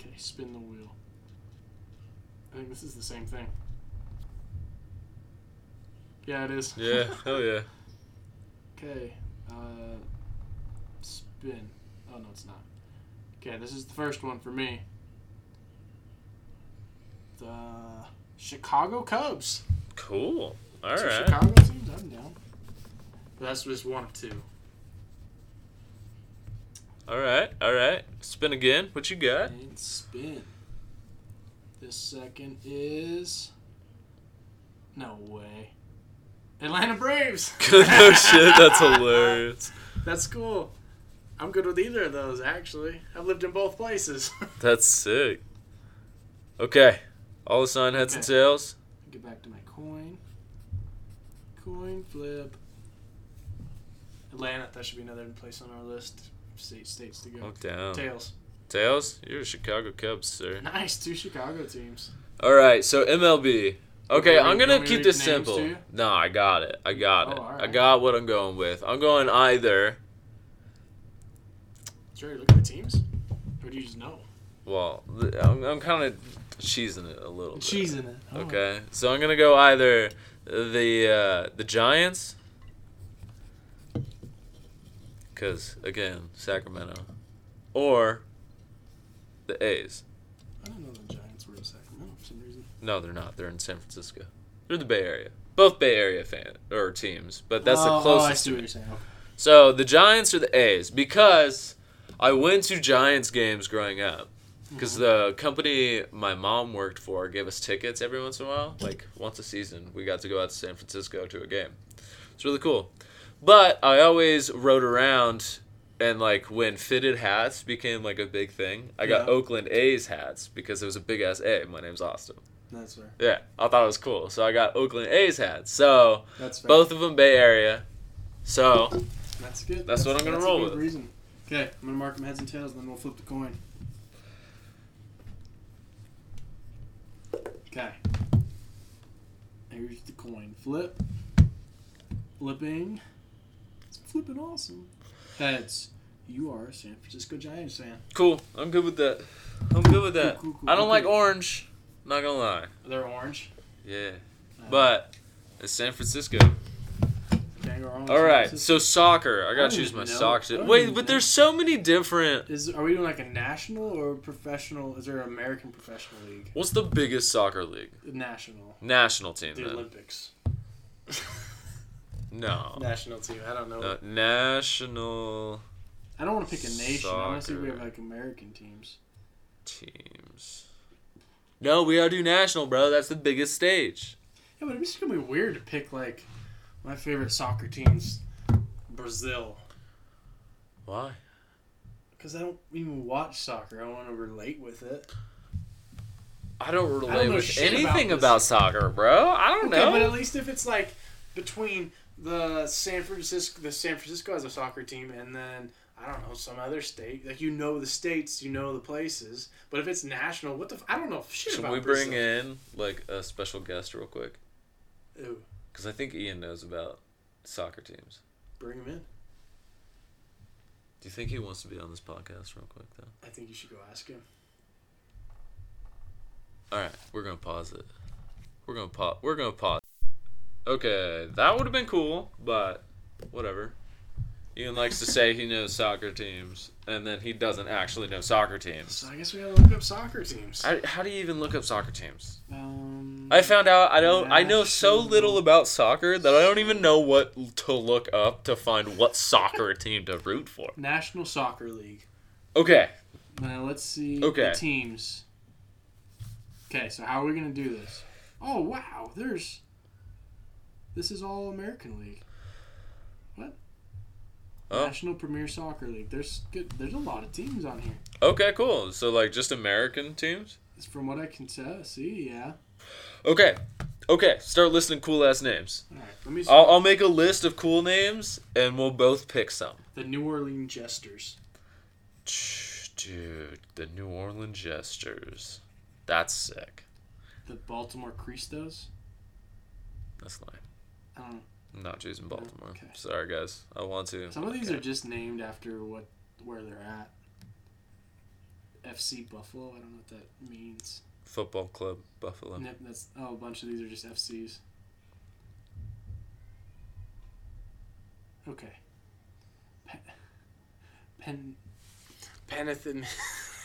B: Okay, spin the wheel. I think this is the same thing. Yeah, it is.
A: Yeah. Hell yeah.
B: okay, uh, spin. Oh, no, it's not. Okay, this is the first one for me. The Chicago Cubs.
A: Cool. All
B: Two
A: right.
B: Chicago teams, I'm down. But that's just one of two.
A: All right. All right. Spin again. What you got?
B: And spin. This second is. No way. Atlanta Braves.
A: Oh, no shit. That's hilarious.
B: That's cool. I'm good with either of those, actually. I've lived in both places.
A: That's sick. Okay. All assigned heads and
B: Okay.
A: tails.
B: Get back to my coin. Coin flip. Atlanta. That should be another place on our list. State states to go.
A: Oh, down.
B: Tails.
A: Tails, you're a Chicago Cubs, sir.
B: Nice. Two Chicago teams.
A: All right. So MLB.
B: Okay,
A: Okay, I'm
B: you
A: gonna
B: want me to
A: keep
B: read
A: this
B: the names to
A: simple.
B: you?
A: No, I got it. I got it.
B: Oh, all
A: I
B: right.
A: got what I'm going with. I'm going either.
B: Did you already look at the teams? Or do you just know?
A: Well, th- I'm, I'm kind of cheesing it a little. bit.
B: She's in it. Oh.
A: Okay, so I'm gonna go either the uh, the Giants, because again Sacramento, or the A's.
B: I don't know the Giants were in Sacramento for some reason.
A: No, they're not. They're in San Francisco. They're the Bay Area. Both Bay Area fan or teams, but that's the
B: Oh, I
A: closest.
B: see what you're saying. Okay.
A: So the Giants or the A's because I went to Giants games growing up. Because the company my mom worked for gave us tickets every once in a while. Like once a season, we got to go out to San Francisco to a game. It's really cool. But I always rode around and like when fitted hats became like a big thing, I got
B: Yeah.
A: Oakland A's hats because it was a big ass A. My name's Austin.
B: That's fair.
A: Yeah, I thought it was cool. So I got Oakland A's hats. So
B: That's fair.
A: both of them Bay Area. So
B: That's good.
A: That's what I'm gonna
B: that's
A: roll
B: a good
A: with.
B: reason. Okay, I'm gonna mark them heads and tails, and then we'll flip the coin. Okay. Here's the coin flip. Flipping. It's flipping awesome. Heads. You are a San Francisco Giants fan.
A: Cool. I'm good with that. I'm good with that.
B: Cool, cool, cool,
A: I don't
B: cool,
A: like
B: cool.
A: orange. Not gonna lie.
B: They're orange.
A: Yeah.
B: Uh,
A: But it's San Francisco.
B: dang. who are on.
A: All right,
B: services.
A: so soccer. I
B: I
A: gotta
B: don't
A: choose
B: even
A: my
B: know.
A: socks.
B: I don't
A: Wait,
B: even
A: but
B: know.
A: there's so many different.
B: Is are we doing like a national or professional? Is there an American professional league?
A: What's the biggest soccer league?
B: National.
A: National team.
B: The
A: Then.
B: Olympics.
A: No.
B: National team. I don't know.
A: Uh, national
B: I don't want to pick a nation. I want to see if we have
A: soccer.
B: like American teams.
A: teams. No, we gotta do national, bro. That's the biggest stage.
B: Yeah, but it's gonna be weird to pick like my favorite soccer teams, Brazil,
A: Why?
B: because I don't even watch soccer. I want to relate with it.
A: I don't relate
B: know
A: with
B: shit about
A: anything
B: this.
A: about, soccer, bro. I don't
B: Okay,
A: know.
B: but at least if it's like between the San Francisco, the San Francisco has a soccer team, and then I don't know some other state. Like you know the states, you know the places. But if it's national, what the f- I don't know shit
A: Should
B: about.
A: we bring
B: Brazil.
A: in like a special guest real quick?
B: Ooh,
A: Because I think Ian knows about soccer teams.
B: bring him in.
A: Do you think he wants to be on this podcast real quick though?
B: I think you should go ask him.
A: All right, we're gonna pause it. We're gonna pause. We're gonna pause. Okay, that would have been cool, but whatever. Ian likes to say he knows soccer teams, and then he doesn't actually know soccer teams.
B: So I guess we gotta look up soccer teams.
A: I, how do you even look up soccer teams?
B: um,
A: I found out I don't. I know so
B: National-
A: little about soccer that I don't even know what l- to look up to find what soccer team to root for.
B: National Soccer League.
A: Okay,
B: Now let's see
A: Okay.
B: the teams. Okay, so how are we gonna do this? Oh wow, there's. This is all American League. What?
A: Oh.
B: National Premier Soccer League. There's good. There's a lot of teams on here.
A: okay, cool. So like just American teams.
B: It's from what I can tell. See, yeah.
A: Okay. Okay, start listing cool ass names.
B: All right, let me. See.
A: I'll, I'll make a list of cool names and we'll both pick some.
B: The New Orleans Jesters.
A: Dude, the New Orleans Jesters. That's sick.
B: The Baltimore Cristos. Um,
A: That's lame.
B: I don't know.
A: I'm not choosing Baltimore.
B: Okay.
A: Sorry, guys. I want to.
B: Some of these
A: Okay.
B: are just named after what where they're at. FC Buffalo. I don't know what that means.
A: Football Club Buffalo.
B: Yep, that's oh, a bunch of these are just FCs. Okay. Pen. Pen. Penithin.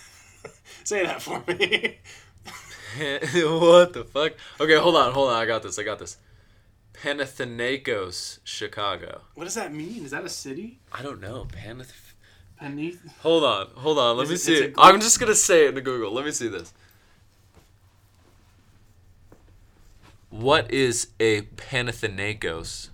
B: Say that for me.
A: what the fuck? Okay, hold on, hold on. I got this. I got this. Panathinaikos, Chicago.
B: What does that mean? Is that a city?
A: I don't know. Panath.
B: Penith.
A: Hold on, hold on. Let
B: Is
A: me
B: it-
A: see
B: is
A: it.
B: it
A: I'm
B: Greek?
A: just gonna say it in Google. Let me see this. What is a Panathinaikos?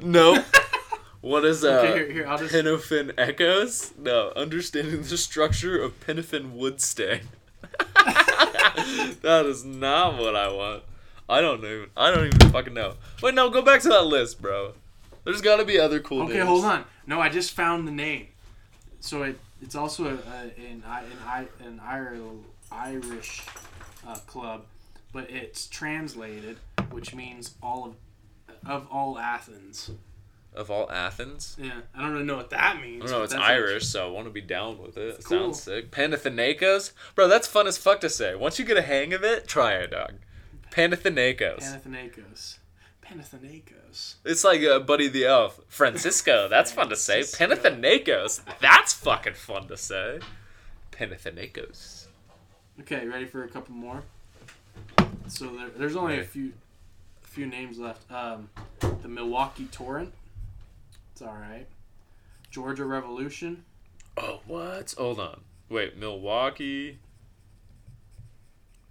A: No. what is a
B: Okay, here, here. I'll just.
A: Penofin Echoes? No. Understanding the structure of Penofin wood stay. that is not what I want. I don't know. I don't even fucking know. Wait, no. Go back to that list, bro. There's gotta be other cool.
B: Okay,
A: names.
B: hold on. No, I just found the name. So it it's also a, a, an I an I an Ire- Irish uh, club, but it's translated, which means all of of all Athens.
A: Of all Athens.
B: Yeah, I don't really know what that means.
A: I don't know,
B: but
A: it's
B: that's actually-
A: Irish, so I want to be down with it. It
B: Cool.
A: Sounds sick. Panathinaikos? Bro, that's fun as fuck to say. Once you get a hang of it, try it, dog. Panathinaikos.
B: Panathinaikos. Panathinaikos.
A: it's like uh, Buddy the Elf. Francisco, that's fun to say.
B: Francisco.
A: Panathinaikos, that's fucking fun to say. Panathinaikos.
B: Okay, ready for a couple more? So there, there's only a
A: Ready.
B: few few names left. Um, the Milwaukee Torrent. It's all right. Georgia Revolution.
A: Oh, what? Hold on. Wait, Milwaukee.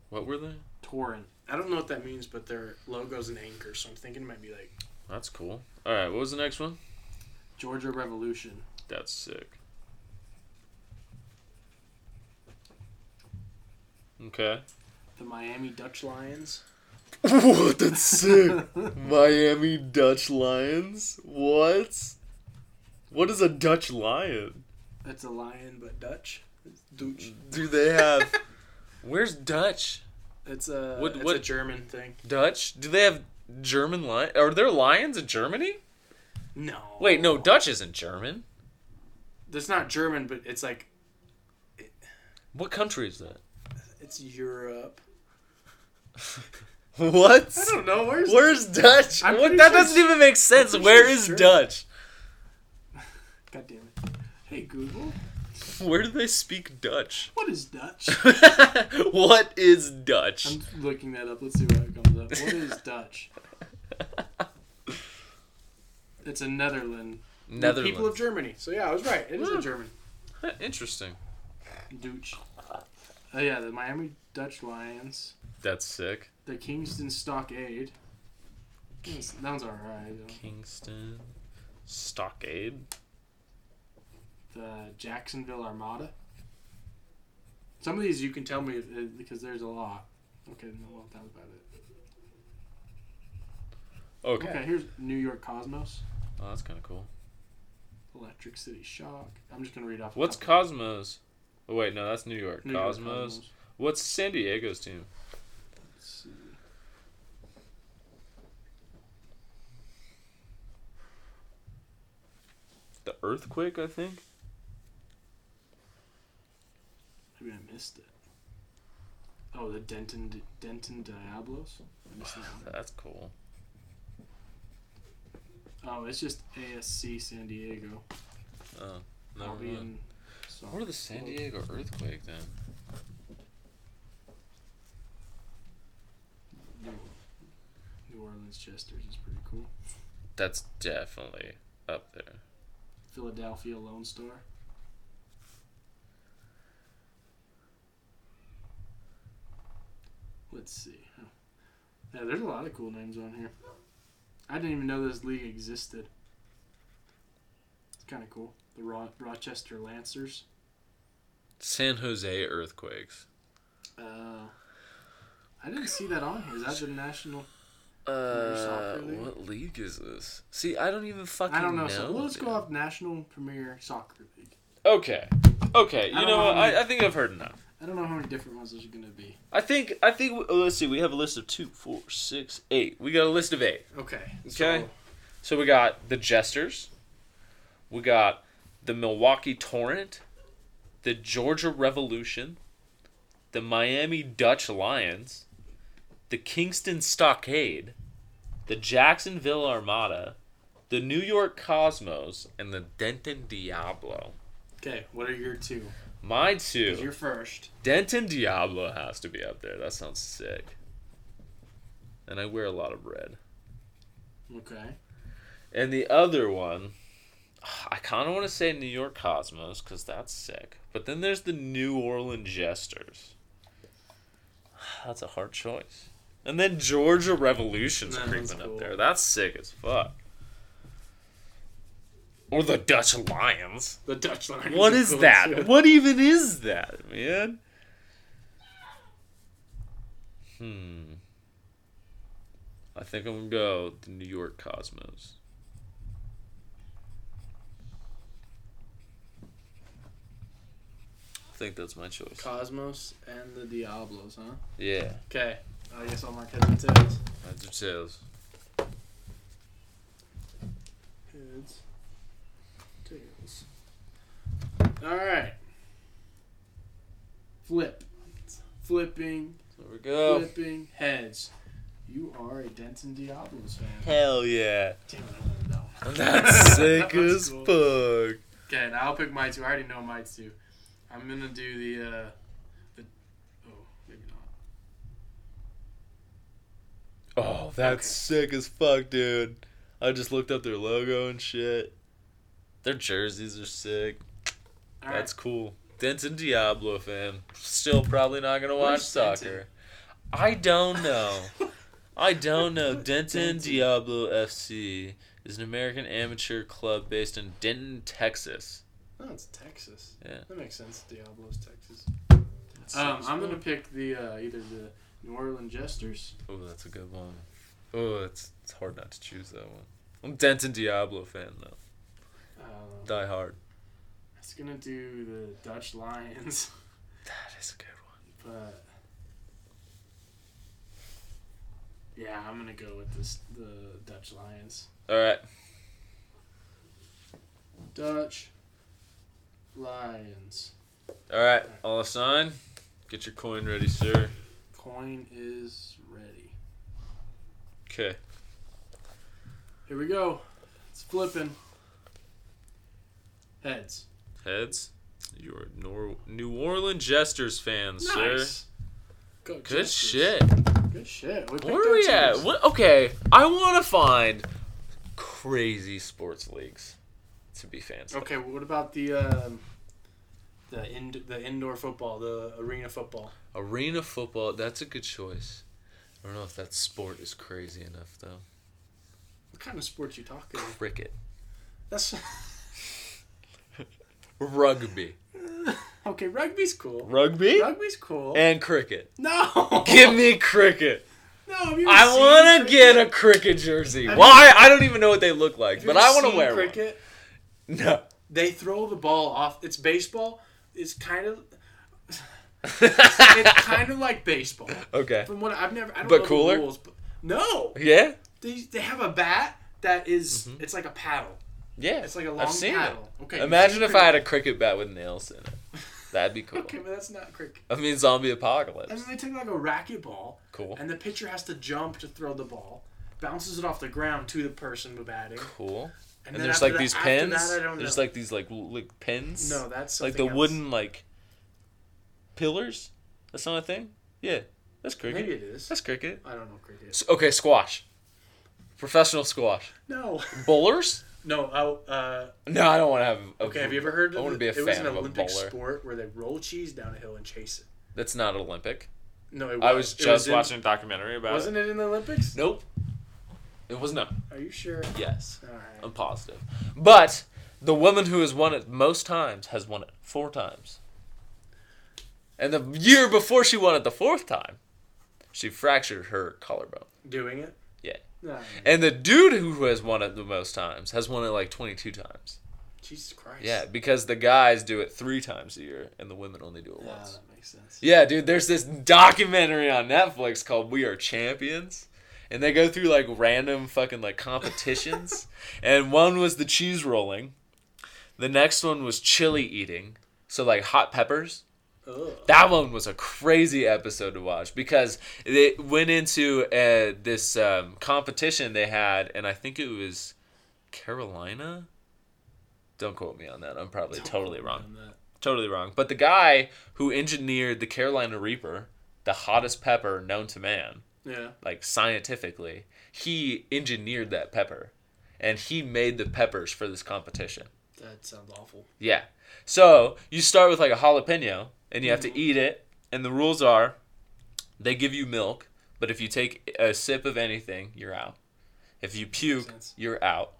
A: What were they?
B: Torrent. I don't know what that means, but their logo's an anchor, so I'm thinking it might be like
A: That's cool. All right, what was the next one?
B: Georgia Revolution.
A: That's sick. Okay.
B: The Miami Dutch Lions.
A: What? That's sick. Miami Dutch Lions? What? What is a Dutch lion?
B: That's a lion, but Dutch. Mm-hmm. It's Dutch.
A: Do they have. Where's Dutch?
B: It's a
A: What-
B: it's a
A: what-
B: German thing.
A: Dutch? Do they have German lion? Are there lions in Germany?
B: No.
A: Wait, no, Dutch isn't German.
B: That's not German, but it's like
A: What country is that?
B: it's Europe.
A: What?
B: I don't know. Where's
A: Where's Dutch?
B: I'm
A: What?
B: pretty
A: That
B: sure
A: doesn't even make sense.
B: pretty
A: Where
B: sure
A: is
B: it's German.
A: Dutch?
B: God damn it. Hey Google,
A: Where do they speak Dutch?
B: what is Dutch?
A: what is Dutch?
B: I'm looking that up. Let's see what comes up. What is Dutch? It's a Netherland. The people of
A: Netherlands.
B: Germany. So yeah, I was right. It is
A: Hmm.
B: a German.
A: Huh, Interesting.
B: Deutsch. Oh yeah, the Miami Dutch Lions.
A: That's sick.
B: The Kingston Stockade. That one's- that one's alright.
A: Kingston. Stockade.
B: The Jacksonville Armada. Some of these you can tell me if, if- because there's a lot. Okay, no, well, that was about it.
A: Okay.
B: Okay, here's New York Cosmos.
A: Oh, that's kind of cool.
B: Electric City Shock. I'm just gonna read off. a
A: What's
B: couple.
A: Cosmos? Oh, wait, no, that's New York.
B: New York
A: Cosmos. What's San Diego's team?
B: Let's see.
A: The Earthquake, I think.
B: Maybe I missed it. Oh, the Denton Di- Denton Diablos. I missed that one.
A: That's cool.
B: Oh, it's just ASC San Diego.
A: Oh, never
B: I'll be
A: mind.
B: in. so-
A: What are the San Diego Earthquake then?
B: New, New Orleans Chesters is pretty cool.
A: That's definitely up there.
B: Philadelphia Lone Star. Let's see. Oh. Yeah, there's a lot of cool names on here. I didn't even know this league existed. It's kind of cool. The Ro- Rochester Lancers.
A: San Jose Earthquakes.
B: Uh, I didn't see that on here. Is that the national? Premier
A: Uh,
B: Soccer League?
A: what league is this? See, I don't even fucking
B: I don't know. so well, let's
A: dude.
B: go off National Premier Soccer League.
A: Okay,
B: I
A: okay. You
B: don't
A: know
B: know
A: what?
B: how many-
A: I, I think I've heard enough.
B: I don't know how many different ones there's going to be.
A: I think I think. oh, Let's see. We have a list of two, four, six, eight. We got a list of eight.
B: Okay.
A: Okay. So we got the Jesters. We got the Milwaukee Torrent, the Georgia Revolution, the Miami Dutch Lions, the Kingston Stockade, the Jacksonville Armada, the New York Cosmos, and the Denton Diablo.
B: Okay. What are your two?
A: Mine
B: 'Cause
A: too.
B: You're first.
A: Denton Diablo has to be up there. That sounds sick. And I wear a lot of red.
B: Okay.
A: And the other one, I kind of want to say New York Cosmos because that's sick. But then there's the New Orleans Jesters. That's a hard choice. And then Georgia Revolution's
B: That one's
A: creeping up
B: cool.
A: there. That's sick as fuck. Or the Dutch Lions.
B: The Dutch line.
A: What is that? What even is that, man? Hmm. I think I'm gonna go with the New York Cosmos. I think that's my choice.
B: Cosmos and the Diablos, huh? Oh,
A: Yeah,
B: Okay. I guess I'll mark heads and tails.
A: that's your tails.
B: Heads. Tails. All right. Flip. Flipping.
A: There we go.
B: Flipping heads. You are a Denton Diablos fan.
A: Hell yeah.
B: Damn it, I wanted that one.
A: That's sick
B: That was
A: as
B: cool.
A: fuck.
B: Okay, now I'll pick my two. I already know my two. I'm gonna do the uh the oh, maybe not.
A: Oh, that's sick as fuck, dude. I just looked up their logo and shit. Their jerseys are sick.
B: All
A: That's cool. Denton Diablo fan. Still probably not gonna watch
B: Where's Denton?
A: soccer. I don't know. I don't know.
B: Denton.
A: Denton Diablo FC is an American amateur club based in Denton, Texas.
B: No, it's Texas.
A: Yeah.
B: That makes sense. Diablo's Texas.
A: That's sick
B: Um,
A: as
B: I'm
A: fuck.
B: gonna pick the uh, either the New Orleans Jesters.
A: Oh, that's a good one. Oh, it's it's hard not to choose that one. I'm a Denton Diablo fan though.
B: Uh,
A: Die hard.
B: it's gonna do the Dutch Lions,
A: That is a good one.
B: but yeah, I'm gonna go with this the Dutch Lions.
A: All right.
B: Dutch Lions.
A: All right, all assign. Get your coin ready, sir.
B: Coin is ready.
A: Okay.
B: Here we go. It's flipping. Heads.
A: Heads. You're Nor- New Orleans Jesters fans, sir.
B: Go
A: Good
B: Jesters.
A: shit.
B: Good shit. picked
A: Where
B: our
A: are we at?
B: teams.
A: What, okay, I want to find crazy sports leagues to be fans. of.
B: Okay, what about the um, the ind- the indoor football, the arena football?
A: Arena football, that's a good choice. I don't know if that sport is crazy enough though.
B: What kind of sports you talking?
A: Cricket,
B: That's
A: rugby,
B: okay. Rugby's cool.
A: rugby,
B: Rugby's cool.
A: and cricket.
B: no,
A: Eh. Give me cricket.
B: no. have you ever
A: I
B: seen
A: want to
B: cricket?
A: get a cricket jersey.
B: Have
A: Why? I don't even know what they look like,
B: Have you
A: but
B: ever
A: I want
B: seen
A: to wear
B: cricket.
A: one. No.
B: They throw the ball off. It's baseball. It's kind of it's kind of like baseball.
A: okay.
B: From what I've never, I don't
A: But
B: know
A: cooler?
B: the rules. But no,
A: Yeah.
B: they, they have a bat that is- it's like a paddle.
A: Yeah.
B: It's like a
A: Mm-hmm. I've
B: long
A: seen it.
B: paddle. Okay, you've
A: Imagine
B: seen
A: if
B: cricket.
A: I had a cricket bat with nails in it. That'd be cool.
B: Okay, but that's not cricket.
A: I mean, zombie
B: And
A: apocalypse.
B: then they take like a racquetball,
A: Cool.
B: and the pitcher has to jump to throw the ball, bounces it off the ground to the person batting.
A: Cool. And,
B: then
A: there's
B: after
A: like
B: that-
A: these
B: after
A: pins.
B: that, I don't
A: there's
B: know.
A: like these like l- like pins.
B: no, that's
A: like
B: something
A: the
B: else.
A: wooden like pillars. That's not a thing. Yeah, that's cricket.
B: Maybe it is.
A: That's cricket.
B: I don't know cricket.
A: S- okay, squash. Professional squash.
B: No,
A: Bowlers?
B: no. I, uh,
A: No, I don't want to have. A,
B: okay, have you ever heard?
A: I
B: of
A: want to
B: the-
A: be a
B: It was
A: fan
B: an
A: of a
B: Olympic
A: bowler.
B: sport where they roll cheese down a hill and chase it.
A: That's not Olympic.
B: No, it was.
A: I was
B: it
A: just
B: in-
A: watching a documentary about
B: wasn't it in the Olympics?
A: it. Nope. It was not.
B: Are you sure?
A: Yes.
B: All right.
A: I'm positive. But the woman who has won it most times has won it four times. And the year before she won it the fourth time, she fractured her collarbone.
B: Doing it?
A: Yeah.
B: No.
A: And the dude who has won it the most times has won it like 22 times.
B: Jesus Christ. Ah,
A: Yeah, because the guys do it three times a year and the women only do it
B: Yeah,
A: once.
B: that makes sense.
A: Yeah, dude, there's this documentary on Netflix called We Are Champions. And they go through like random fucking like competitions. and one was the cheese rolling. The next one was chili eating. So like hot peppers.
B: Ugh.
A: That one was a crazy episode to watch because they went into uh, this um, competition they had, and I think it was Carolina. Don't quote me on that. I'm probably totally wrong
B: On that.
A: totally wrong. But the guy who engineered the Carolina Reaper, the hottest pepper known to man,
B: Yeah.
A: like scientifically, he engineered that pepper. And he made the peppers for this competition.
B: That sounds awful.
A: Yeah. So you start with like a jalapeno and you have to eat it. And the rules are they give you milk, but if you take a sip of anything, you're out. If you puke,
B: sense.
A: you're out.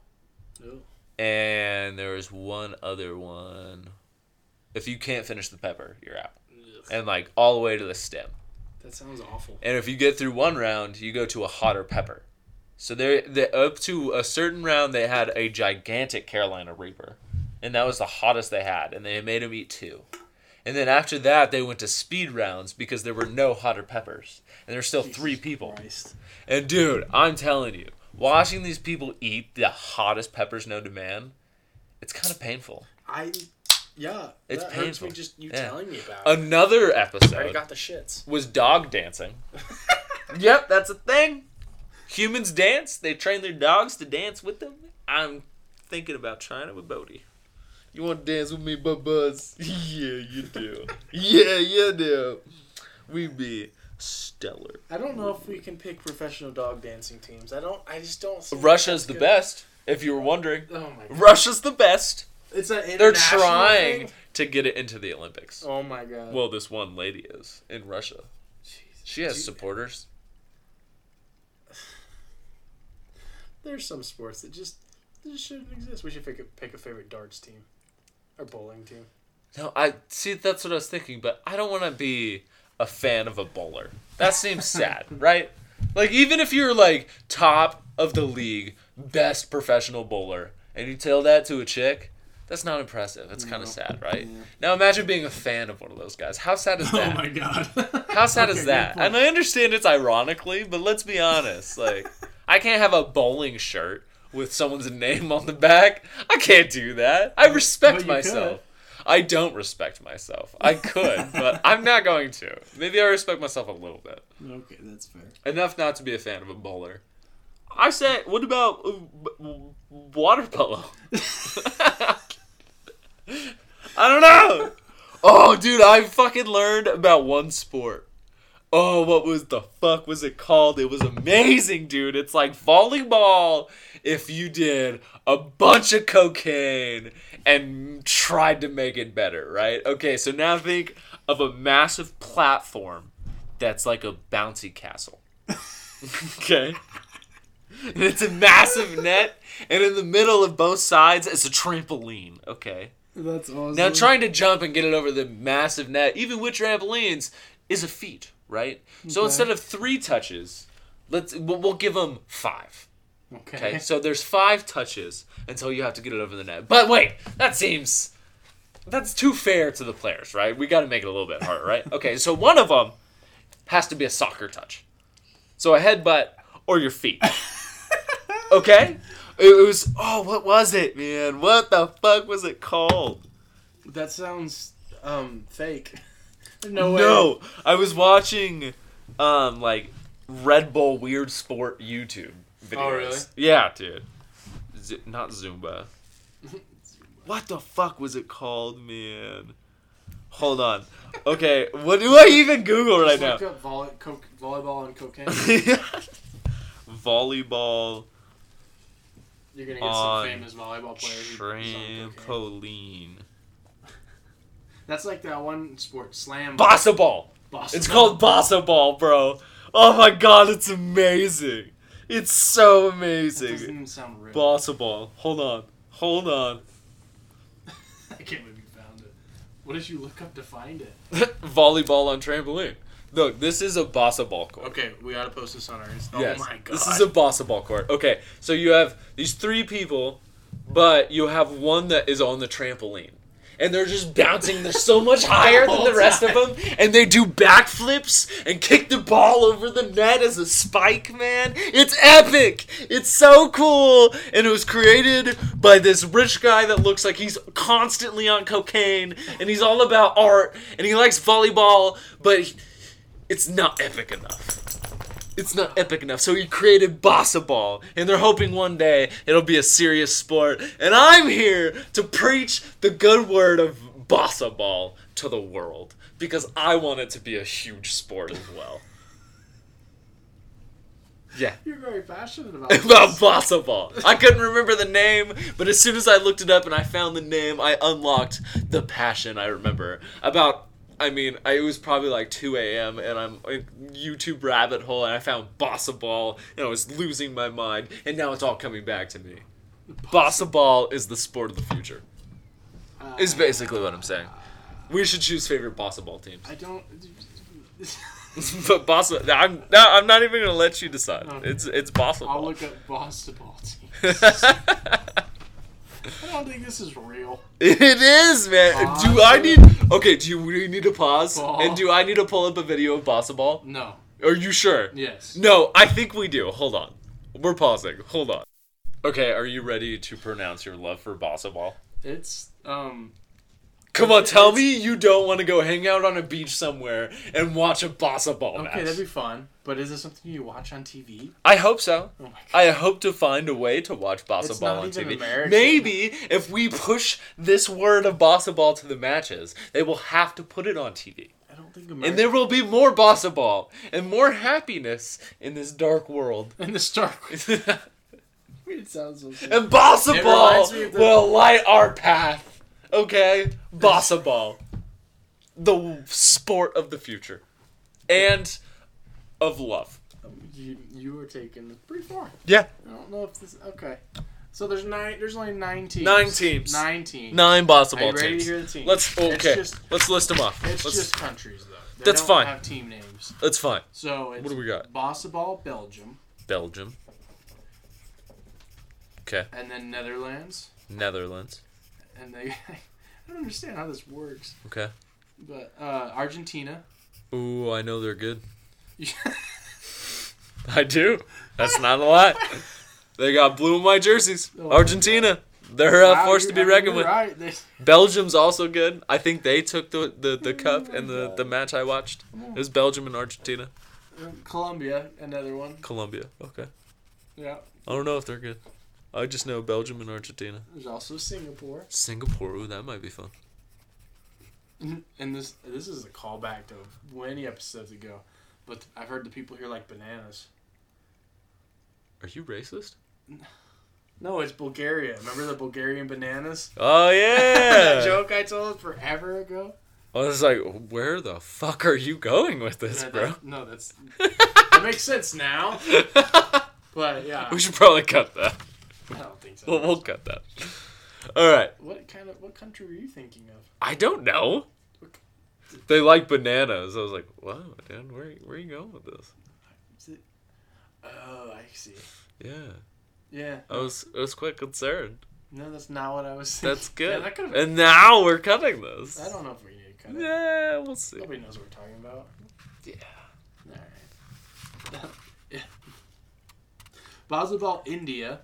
B: Ew.
A: And there is one other one. If you can't finish the pepper, you're out
B: Ugh.
A: and like all the way to the stem.
B: That sounds awful.
A: And if you get through one round, you go to a hotter pepper. So they the up to a certain round they had a gigantic Carolina Reaper, and that was the hottest they had, and they made them eat two. And then after that, they went to speed rounds because there were no hotter peppers, and there's still three
B: Jesus
A: people.
B: Christ.
A: And dude, I'm telling you, watching these people eat the hottest peppers known to man, it's kind of painful.
B: I. Yeah.
A: It's
B: that hurts
A: painful.
B: me just you
A: Yeah.
B: telling me about. it.
A: Another
B: I already
A: episode.
B: got the shits.
A: was dog dancing. yep, that's a thing. Humans dance. They train their dogs to dance with them. I'm thinking about trying it with Bodie. You want to dance with me, Bud Buzz? yeah, you do. yeah, you do. We be stellar.
B: I don't know if we can pick professional dog dancing teams. I don't. I just don't. see-
A: Russia's the
B: That's
A: best, if you were wondering.
B: good. Oh my god.
A: Russia's the best.
B: It's an
A: They're
B: international
A: trying
B: thing?
A: to get it into the Olympics.
B: Oh my god.
A: Well, this one lady is in Russia.
B: Jesus.
A: She has
B: Do-
A: supporters.
B: There's some sports that just that just shouldn't exist. We should pick a, pick a favorite darts team or bowling team.
A: No, I see. That's what I was thinking, but I don't want to be a fan of a bowler. That seems sad, right? Like even if you're like top of the league, best professional bowler, and you tell that to a chick, that's not impressive. That's kind of sad, right? Now imagine being a fan of one of those guys. How sad
B: Oh
A: is that?
B: god.
A: How sad is that? And I understand it's ironically, but let's be honest. Like, I can't have a bowling shirt with someone's name on the back. I can't do that. I respect
B: you
A: myself. I don't respect myself. I could, but I'm not going to. Maybe I respect myself a little bit.
B: okay, that's fair.
A: Enough not to be a fan of a bowler. I said, what about uh, w- water polo? I don't know. Oh, dude, I fucking learned about one sport. Oh, what was the fuck was it called? It was amazing, dude. It's like volleyball if you did a bunch of cocaine and tried to make it better, right? Okay, so now think of a massive platform that's like a bouncy castle. okay. And it's a massive net, and in the middle of both sides is a trampoline. Okay.
B: That's awesome.
A: Now trying to jump and get it over the massive net, even with trampolines, is a feat, right? So
B: Okay.
A: instead of three touches, let's we'll, we'll give them five.
B: Okay.
A: Okay. So there's five touches until you have to get it over the net. But wait, that seems that's too fair to the players, right? We got to make it a little bit harder, right? Okay. So one of them has to be a soccer touch. So a headbutt or your feet. Okay? It was oh, what was it, man? What the fuck was it called?
B: That sounds um fake. No way.
A: No, I was watching um like Red Bull Weird Sport YouTube videos.
B: Oh, really?
A: Yeah, dude. Z- not Zumba. what the fuck was it called, man? Hold on. Okay, what do I even Google right
B: Just
A: now?
B: look up volley, co- volleyball and cocaine.
A: Volleyball
B: You're gonna get
A: On
B: some famous volleyball players. who's on cocaine.
A: trampoline.
B: That's like that one sport, slam.
A: Bossa ball.
B: boss-
A: It's called Bossa Ball, bro. Oh my god, it's amazing. It's so
B: That doesn't
A: amazing.
B: even sound real.
A: Bossa Ball. Hold on. Hold on.
B: I can't believe you found it. What did you look up to find it?
A: Volleyball on trampoline. Look, this is a Bossa Ball court.
B: Okay, we gotta post this on our Instagram.
A: Yes.
B: Oh my god.
A: This is a Bossa Ball court. Okay, so you have these three people, but you have one that is on the trampoline. And they're just bouncing. They're so much higher than the
B: whole
A: rest
B: time.
A: of them. And they do backflips and kick the ball over the net as a spike, man. It's epic. It's so cool. And it was created by this rich guy that looks like he's constantly on cocaine. And he's all about art. And he likes volleyball. But he- it's not epic enough. It's not epic enough. So he created Bossa Ball, and they're hoping one day it'll be a serious sport. And I'm here to preach the good word of Bossa Ball to the world because I want it to be a huge sport as well. Yeah.
B: You're very passionate about
A: About
B: this.
A: Bossa Ball. I couldn't remember the name, but as soon as I looked it up and I found the name, I unlocked the passion I remember. About, I mean, I, it was probably like 2 a.m. and I'm a YouTube rabbit hole and I found Bossa Ball and I was losing my mind and now it's all coming back to me. Bossa Ball is the sport of the future,
B: Uh,
A: is basically what I'm saying. We should choose favorite Bossa Ball teams.
B: I don't.
A: but Bossa, I'm, no, I'm not even going to let you decide.
B: Okay.
A: It's, it's Bossa
B: I'll
A: Ball.
B: look up Boston ball team. I don't think this is real.
A: It is, man. Do I
B: Awesome.
A: need? Okay, do you we need to pause?
B: Ball.
A: And do I need to pull up a video of Bossa Ball?
B: No.
A: Are you sure?
B: Yes.
A: No, I think we do. Hold on, we're pausing. Hold on. Okay, are you ready to pronounce your love for Bossa Ball?
B: It's um.
A: Come on, tell me you don't want to go hang out on a beach somewhere and watch a Bossa Ball match.
B: Okay, that'd be fun. But is this something you watch on TV?
A: I hope so.
B: Oh my god.
A: I hope to find a way to watch Bossa
B: It's
A: Ball
B: not
A: on
B: even
A: TV.
B: American.
A: Maybe if we push this word of Bossa Ball to the matches, they will have to put it on TV.
B: I don't think America.
A: And there will be more bossa ball and more happiness in this dark world.
B: in the Star
A: and
B: It sounds so sad.
A: bossa
B: It
A: ball
B: reminds me of the-
A: will light our path. Okay? Bossa ball. The sport of the future. And of love.
B: You, you were taking this pretty far.
A: Yeah.
B: I don't know if this. Okay. So there's nine. There's only nine teams.
A: Nine teams.
B: Nine teams.
A: Nine bossa
B: Are you
A: ball
B: ready
A: teams.
B: to hear the teams?
A: Let's
B: It's
A: okay.
B: just-
A: Let's list them off.
B: It's
A: Let's
B: just countries though. They
A: That's
B: don't
A: fine.
B: Have team names.
A: that's fine.
B: So it's
A: What do we got?
B: Bossa Ball, Belgium,
A: Belgium. Okay.
B: and then Netherlands,
A: Netherlands.
B: and they. I don't understand how this works,
A: Okay.
B: but uh, Argentina.
A: Ooh, I know they're good. uh, I do. That's not a lot. They got blue and white jerseys. Argentina. They're a
B: Wow,
A: force to
B: you're-
A: be
B: I mean,
A: reckoned
B: you're
A: with.
B: Right. They,
A: Belgium's also good. I think they took the, the, the cup
B: my
A: and the,
B: God.
A: the match I watched. It was Belgium and Argentina.
B: Colombia, another one.
A: Colombia. Okay.
B: Yeah.
A: I don't know if they're good. I just know Belgium and Argentina.
B: There's also Singapore.
A: Singapore, ooh, that might be fun.
B: Mm-hmm. And this this is a callback to many episodes ago, but I've heard the people here like bananas.
A: Are you racist?
B: No, it's Bulgaria. Remember the Bulgarian bananas?
A: Oh
B: that
A: yeah.
B: joke I told forever ago.
A: I was like, where the fuck are you going with this,
B: No,
A: bro?
B: that- no, that's that makes sense now. But yeah,
A: we should probably cut that.
B: I don't think so.
A: We'll, we'll cut that. All right.
B: what kind of what country were you thinking of?
A: I don't know. They like bananas. I was like, wow, dude, where where you going with this?
B: Is it- Oh, I see.
A: Yeah,
B: Yeah,
A: I was I was quite concerned.
B: no, that's not what I was. Thinking.
A: That's good.
B: Yeah, that could've-
A: and now we're cutting this.
B: I don't know if we need to cut it.
A: Yeah, we'll see.
B: Nobody knows what we're talking about.
A: Yeah.
B: All right. yeah. Basketball India.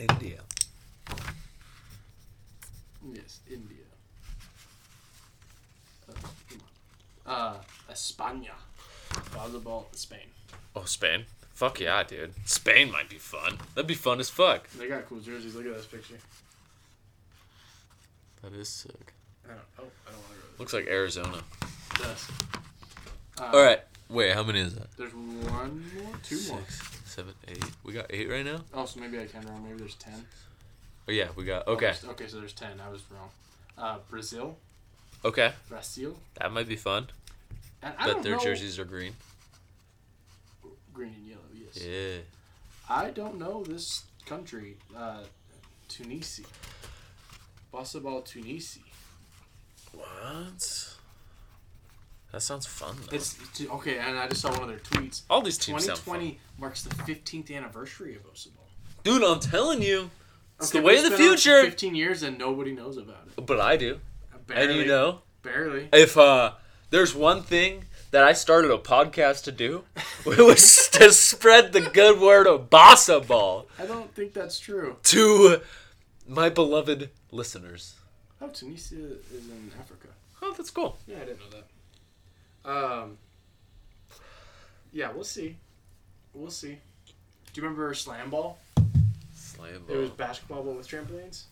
A: India.
B: Yes, India. Uh, come on. Uh, España. Basketball Spain.
A: Oh, Spain. Fuck yeah, dude. Spain might be fun. That'd be fun as fuck.
B: They got cool jerseys. Look at this picture.
A: That is sick.
B: I don't, oh, I don't want to go
A: Looks like Arizona.
B: there. This. Uh,
A: All right. Wait, how many is that?
B: There's one more, two more.
A: Six, seven, eight. We got eight right now.
B: Oh, so maybe I can wrong. Maybe there's ten.
A: Oh yeah, we got.
B: Oh,
A: Okay.
B: there's- okay, so there's ten. I was wrong. Uh, Brazil,
A: Okay.
B: Brazil.
A: That might be fun.
B: And I
A: But
B: don't
A: their
B: know.
A: jerseys are green.
B: Green and yellow. Yes.
A: Yeah.
B: I don't know this country. Uh, Tunisia. Basketball Tunisia.
A: What? That sounds fun. Though.
B: It's t- okay, and I just saw one of their tweets.
A: All these teams sound fun.
B: 2020 marks the 15th anniversary of Osimo.
A: Dude, I'm telling you, it's the way of the future.
B: 15 years and nobody knows about it. Uh,
A: But I do,
B: Barely,
A: and you know,
B: barely.
A: if uh, there's one thing that I started a podcast to do, it was to spread the good word of Bossa Ball
B: I don't think that's true.
A: to my beloved listeners.
B: Oh, Tunisia is in Africa.
A: Oh, that's cool.
B: Yeah, I didn't know that. Um. Yeah, we'll see. We'll see. Do you remember slam ball?
A: Slam
B: It was
A: ball
B: basketball but with trampolines.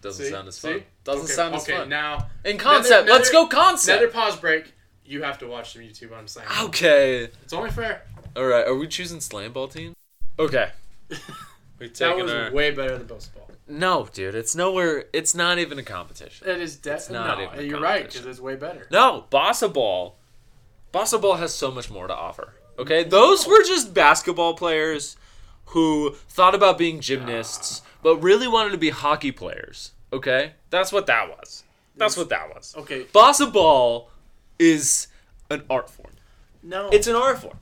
A: doesn't
B: see?
A: sound as
B: See?
A: fun. Doesn't
B: okay,
A: sound as
B: okay,
A: fun.
B: Now
A: In concept,
B: Another-
A: let's go concept.
B: another pause break. You have to watch some YouTube on slam. ball.
A: okay.
B: It's only fair.
A: All right. Are we choosing slam ball team? Okay. We
B: That
A: taking
B: was
A: our
B: way better than basketball.
A: no, dude. It's nowhere. It's not even a competition.
B: It is definitely
A: not
B: no.
A: even a
B: You're right
A: competition.
B: because it's way better.
A: No, Bossa Ball. Bossa Ball has so much more to offer. Okay, those were just basketball players who thought about being gymnasts, but really wanted to be hockey players. Okay, that's what that was. That's what that was.
B: Okay.
A: Bossa Ball is an art form.
B: No.
A: It's an art form.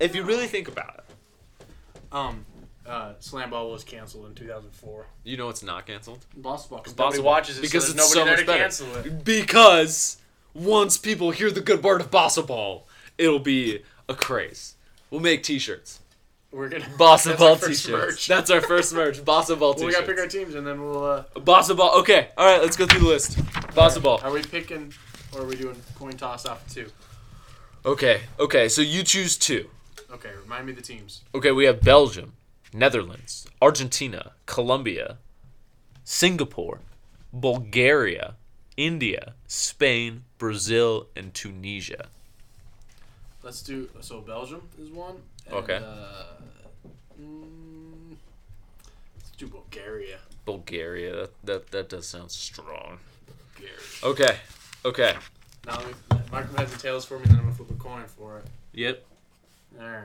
A: If you really think about it,
B: um. Uh, slam ball was canceled in 2004.
A: you know it's not canceled.
B: Basketball. Because
A: Bossa
B: nobody
A: Ball,
B: watches it.
A: because
B: so
A: it's
B: there's
A: so
B: nobody there to
A: much better.
B: cancel it.
A: Because once people hear the good word of Bossa Ball, it'll be a craze. We'll make T-shirts.
B: We're gonna
A: Bossa
B: that's our
A: Ball
B: first
A: T-shirts.
B: merch.
A: That's our first merch. Bossa Ball
B: Well, we
A: T-shirts.
B: gotta pick our teams and then we'll. Uh,
A: Bossa Ball. Okay. All right. Let's go through the list. Bossa Ball.
B: Are we picking or are we doing coin toss off two?
A: Okay. Okay. So you choose two.
B: Okay, remind me the teams.
A: Okay. We have Belgium, Netherlands, Argentina, Colombia, Singapore, Bulgaria, India, Spain, Brazil, and Tunisia.
B: Let's do so. Belgium is one. and,
A: Okay.
B: Uh, mm, let's do Bulgaria.
A: Bulgaria. That that, that does sound strong.
B: Bulgaria.
A: Okay. Okay.
B: Now let me, mark them heads and tails for me, then I'm gonna flip a coin for it.
A: Yep.
B: All right.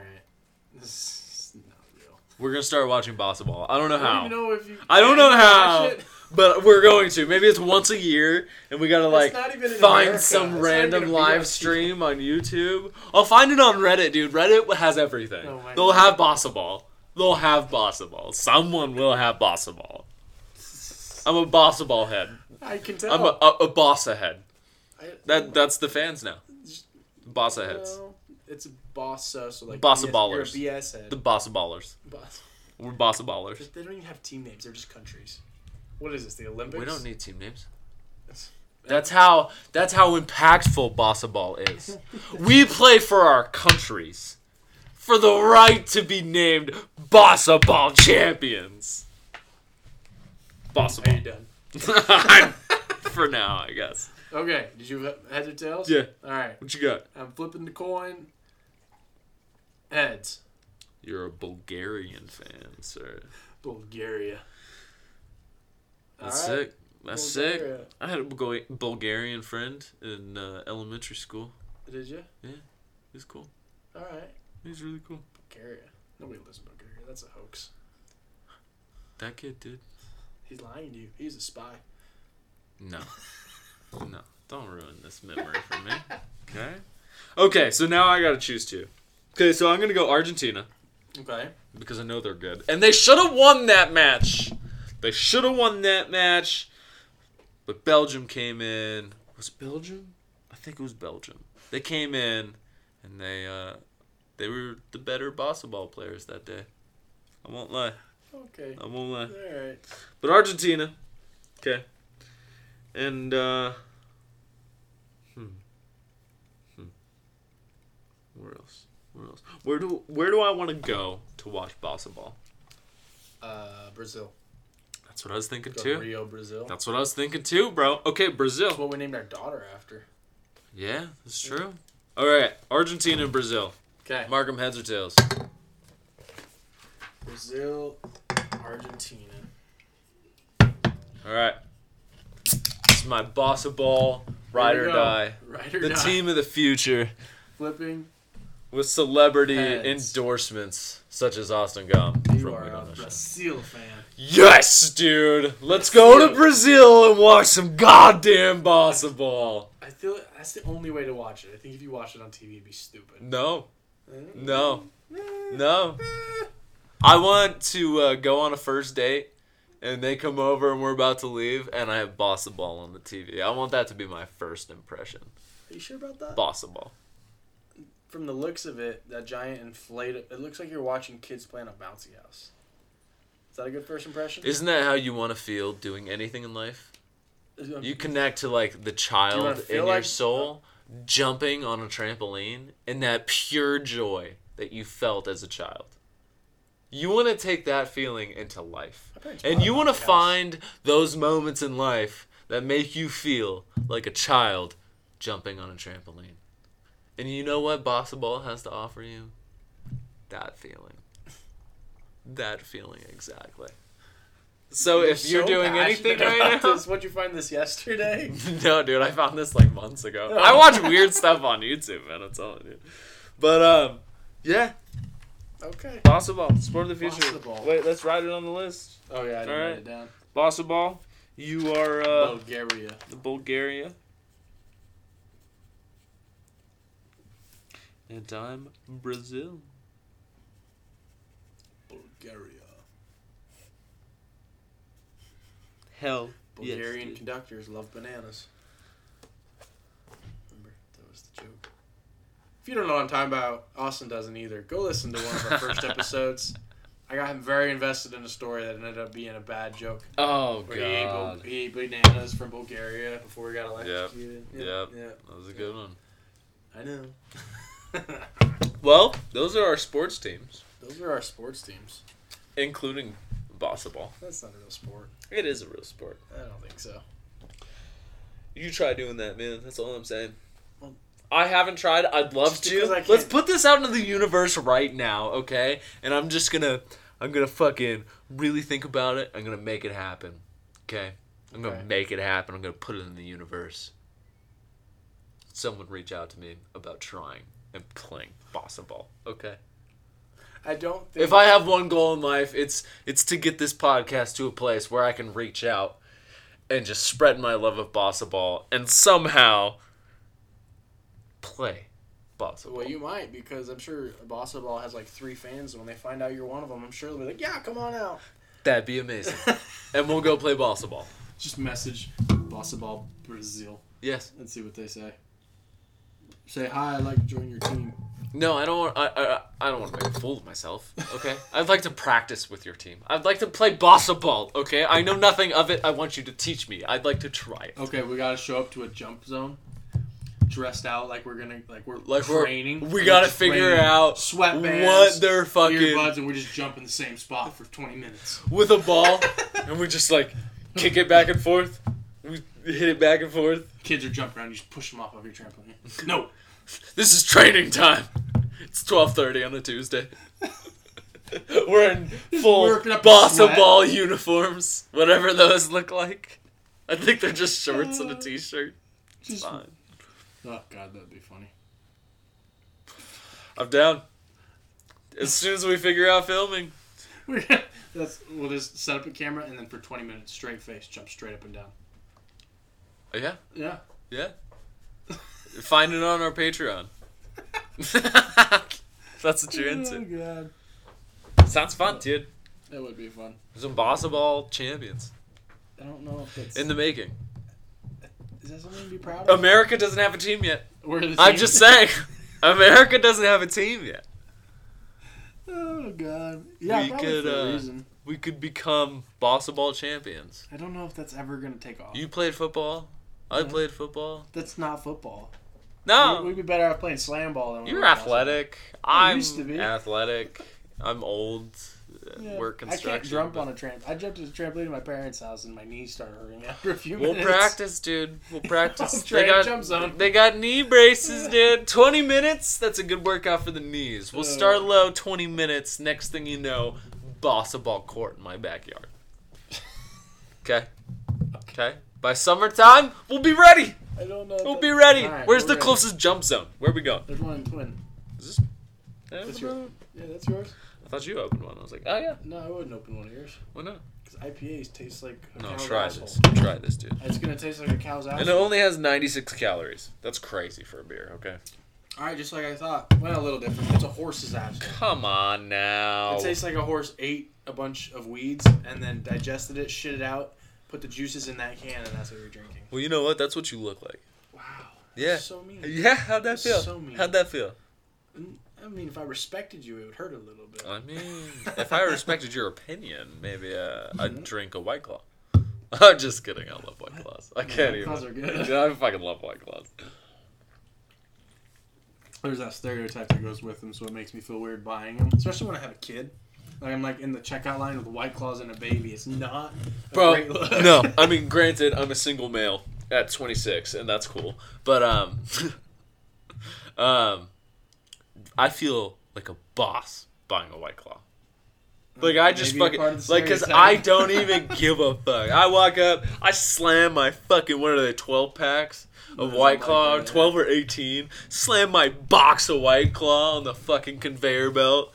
B: This is not real.
A: We're gonna start watching Bossa Ball. I don't know
B: I
A: how.
B: don't even know if you.
A: I don't
B: can
A: know
B: watch
A: how,
B: it.
A: but we're going to. Maybe it's once a year, and we gotta like
B: not even in
A: find
B: America. It's
A: some
B: not
A: random
B: even gonna be
A: live
B: us.
A: stream on YouTube. I'll find it on Reddit, dude. Reddit has everything.
B: Oh my
A: They'll
B: God.
A: have Bossa Ball. They'll have Bossa Ball. Someone will have Bossa Ball. I'm a Bossa Ball head.
B: I can tell.
A: I'm a, a, a Bossa head.
B: I-
A: That that's the fans now. Bossa heads.
B: no, it's a bossa, so like
A: Bossa
B: BS,
A: ballers.
B: You're a BS head.
A: The Bossa Ballers.
B: Boss-
A: We're Bossa Ballers.
B: They don't even have team names. They're just countries. What is this? The Olympics?
A: We don't need team names. That's how that's how impactful Bossa Ball is. we play for our countries, for the right to be named Bossa Ball champions. Bossa
B: Are
A: Ball.
B: you done?
A: I'm- for now, I guess.
B: Okay. Did you have heads or tails?
A: Yeah.
B: All right.
A: What you got?
B: I'm flipping the coin. Heads.
A: You're a Bulgarian fan, sir.
B: Bulgaria.
A: That's
B: All right.
A: sick. That's sick.
B: Bulgaria.
A: I had a Bulga- Bulgarian friend in uh, elementary school.
B: Did you?
A: He's cool.
B: All right.
A: He's really cool.
B: Bulgaria. Nobody lives in Bulgaria. That's a hoax.
A: That kid, dude.
B: He's lying to you. He's a spy.
A: No. no. Don't ruin this memory for me. Okay? Okay, so now I gotta choose two. Okay, so I'm gonna go Argentina
B: Okay.
A: because I know they're good. And they should have won that match. They should have won that match. But Belgium came in. Was it Belgium? I think it was Belgium. They came in and they uh they were the better bossa ball players that day. I won't lie.
B: Okay.
A: I won't lie.
B: All right.
A: But Argentina. Okay. And uh hmm. Hmm. Where else? Where else? Where do where do I want to go to watch bossa ball?
B: Uh, Brazil.
A: That's what I was thinking
B: Go
A: too.
B: Rio, Brazil.
A: That's what I was thinking too, bro. Okay,
B: That's
A: Brazil.
B: what we named our daughter after.
A: Yeah, that's true. All right, Argentina and Brazil.
B: Okay.
A: Mark 'em heads or tails.
B: Brazil, Argentina.
A: All right. This is my bossa ball ride
B: Here
A: or
B: we go.
A: die.
B: Ride or
A: The
B: die.
A: team of the future.
B: flipping.
A: with celebrity
B: Heads.
A: endorsements such as Austin Gum
B: You
A: from
B: are a
A: Madonna Show.
B: Brazil fan.
A: Yes, dude. Let's go to
B: Brazil.
A: Brazil and watch some goddamn bossa ball.
B: I feel that's the only way to watch it. I think if you watch it on TV, it'd be stupid.
A: No, no,
B: Mm.
A: no. I want to uh, go on a first date. And they come over and we're about to leave, and I have bossa ball on the TV. I want that to be my first impression.
B: Are you sure about that?
A: Bossa ball.
B: From the looks of it, that giant inflated. It looks like you're watching kids playing a bouncy house. Is that a good first impression?
A: Isn't that how you want to feel doing anything in life? You connect to like the
B: wanna
A: child in
B: feel
A: your
B: like- uh,
A: soul jumping on a trampoline and that pure joy that you felt as a child. You want to take that feeling into life.
B: parents
A: And
B: bought
A: you
B: me
A: want to
B: a house.
A: find those moments in life that make you feel like a child jumping on a trampoline. And you know what Bossa Ball has to offer you? That feeling. That feeling exactly. So if you're
B: so
A: doing anything
B: passionate
A: right
B: about
A: now,
B: this. What'd you find this yesterday?
A: no, dude, I found this like months ago. I watch weird stuff on YouTube, man. I'm telling you. But um, yeah,
B: okay.
A: Bossa Ball, sport of the future.
B: Bossa Ball.
A: Wait, let's write it on the list.
B: Oh yeah, I didn't
A: Alright.
B: write it down.
A: Bossa Ball, you are uh,
B: Bulgaria.
A: the Bulgaria, and I'm Brazil.
B: Bulgaria.
A: Hell, yes,
B: Bulgarian
A: dude.
B: conductors love bananas. Remember, that was the joke. If you don't know what I'm talking about, Austin doesn't either. Go listen to one of our first episodes. I got him very invested in a story that ended up being a bad joke.
A: Oh
B: Where he ate, bul- he ate bananas from Bulgaria before he got electrocuted.
A: Yep.
B: Yeah.
A: that was a good one.
B: I know.
A: Well, those are our sports teams,
B: Those are our sports teams.
A: including Bossa Ball.
B: That's not a real sport.
A: It is a real sport.
B: I don't think so.
A: You try doing that, man. That's all I'm saying.
B: Well-
A: I haven't tried. I'd love
B: Just because I
A: to.
B: can't-
A: Let's put this out into the universe right now, okay? And I'm just gonna, I'm gonna fucking really think about it. I'm gonna make it happen, okay? I'm gonna
B: Okay.
A: make it happen. I'm gonna put it in the universe. Someone reach out to me about trying and playing bossa ball, okay?
B: I don't think.
A: If I have one goal in life, it's it's to get this podcast to a place where I can reach out and just spread my love of bossa ball and somehow play bossa ball.
B: Well, you might because I'm sure Bossa Ball has like three fans, and when they find out you're one of them, I'm sure they'll be like, "Yeah, come on out."
A: That'd be amazing. and we'll go play bossa ball.
B: Just message Bossa Ball Brazil
A: Yes.
B: and see what they say. Say hi. I'd like to join your team.
A: No, I don't. Want, I, I I don't want to make a fool of myself. Okay. I'd like to practice with your team. I'd like to play bossa ball. Okay. I know nothing of it. I want you to teach me. I'd like to try it.
B: Okay, we gotta show up to a jump zone. dressed out like we're gonna like we're
A: Like we're-
B: training.
A: we gotta figure out
B: sweatbands,
A: what they're fucking-
B: earbuds, and we just jump in the same spot for twenty minutes.
A: with a ball, and we just like kick it back and forth. We hit it back and forth.
B: Kids are jumping around. You just push them off of your trampoline. No,
A: This is training time. It's twelve thirty on a Tuesday. We're in full
B: working up a
A: bossa
B: sweat.
A: ball uniforms, whatever those look like. I think they're just shorts and a t-shirt. It's
B: Uh, just oh
A: fine.
B: god, that'd be funny.
A: I'm down. As soon as we figure out filming,
B: We're- That's we'll just set up a camera and then for twenty minutes straight face jump straight up and down.
A: Oh, yeah,
B: Yeah,
A: yeah. Find it on our Patreon. That's what you're into.
B: Oh, god,
A: Sounds fun, dude.
B: that would be fun.
A: Some bossa ball champions
B: I don't know if that's
A: in the making.
B: is that something to be proud of.
A: America doesn't have a team yet.
B: We're the
A: I'm
B: team-
A: just saying, America doesn't have a team yet.
B: Oh god, yeah,
A: We
B: probably
A: could,
B: for a
A: uh,
B: reason.
A: We could become bossa ball champions.
B: I don't know if that's ever gonna take off.
A: You played football. I
B: Yeah.
A: played football.
B: That's not football. Mm-hmm. We-
A: No,
B: We'd be better off playing slam ball than we
A: you're
B: would
A: athletic. I'm
B: used to be.
A: athletic. I'm old.
B: basketball.
A: Uh
B: Yeah.
A: We're
B: I can't
A: construction.
B: jump
A: but-
B: on a tramp. I jumped to the trampoline at my parents' house and my knees started hurting after a few
A: We'll
B: minutes.
A: practice, dude. We'll practice.
B: Trey,
A: they got
B: jump zone.
A: they got knee braces, dude. Twenty minutes. That's a good workout for the knees. We'll start
B: Uh.
A: low. Twenty minutes. Next thing you know, bossa ball court in my backyard. Okay. Okay. By summertime, we'll be ready.
B: I don't know. if
A: We'll
B: that-
A: be ready.
B: All right,
A: Where's
B: we're
A: the
B: ready.
A: closest jump zone? Where we going?
B: There's one in Twin.
A: Is this?
B: That's yours. Yeah, that's yours.
A: I thought you opened one. I was like, oh yeah.
B: No, I wouldn't open one of yours
A: Why not?
B: because IPAs taste like a
A: No,
B: cow's
A: try
B: asshole.
A: this. Try this, dude.
B: It's gonna taste like a cow's
A: And it
B: asshole.
A: only has 96 calories. That's crazy for a beer. Okay.
B: All right, just like I thought. Went a little different. It's a horse's asshole.
A: Come on now.
B: It tastes like a horse ate a bunch of weeds and then digested it, shit it out, put the juices in that can, and that's what you're drinking.
A: Well, you know what? That's what you look like.
B: Wow.
A: Yeah.
B: So mean.
A: Yeah, how'd that feel?
B: So mean.
A: how'd that feel?
B: I mean, if I respected you, it would hurt a little bit.
A: I mean, if I respected your opinion, maybe uh, I'd drink a White Claw. I'm just kidding. I love White Claws. I can't even.
B: Claws are good.
A: Dude, I fucking love White Claws.
B: There's that stereotype that goes with them, so it makes me feel weird buying them, especially when I have a kid. Like I'm like in the checkout line with white claws and a baby. It's not a
A: Bro,
B: great look.
A: no. I mean, granted, I'm a single male at 26, and that's cool. But um, um, I feel like a boss buying a White Claw. Like I just
B: Maybe
A: fucking
B: part of the
A: like because I
B: stereotype.
A: don't even give a fuck. I walk up, I slam my fucking what are they twelve packs of
B: Those
A: White
B: are
A: Claw,
B: like that.
A: twelve or eighteen. Slam my box of White Claw on the fucking conveyor belt.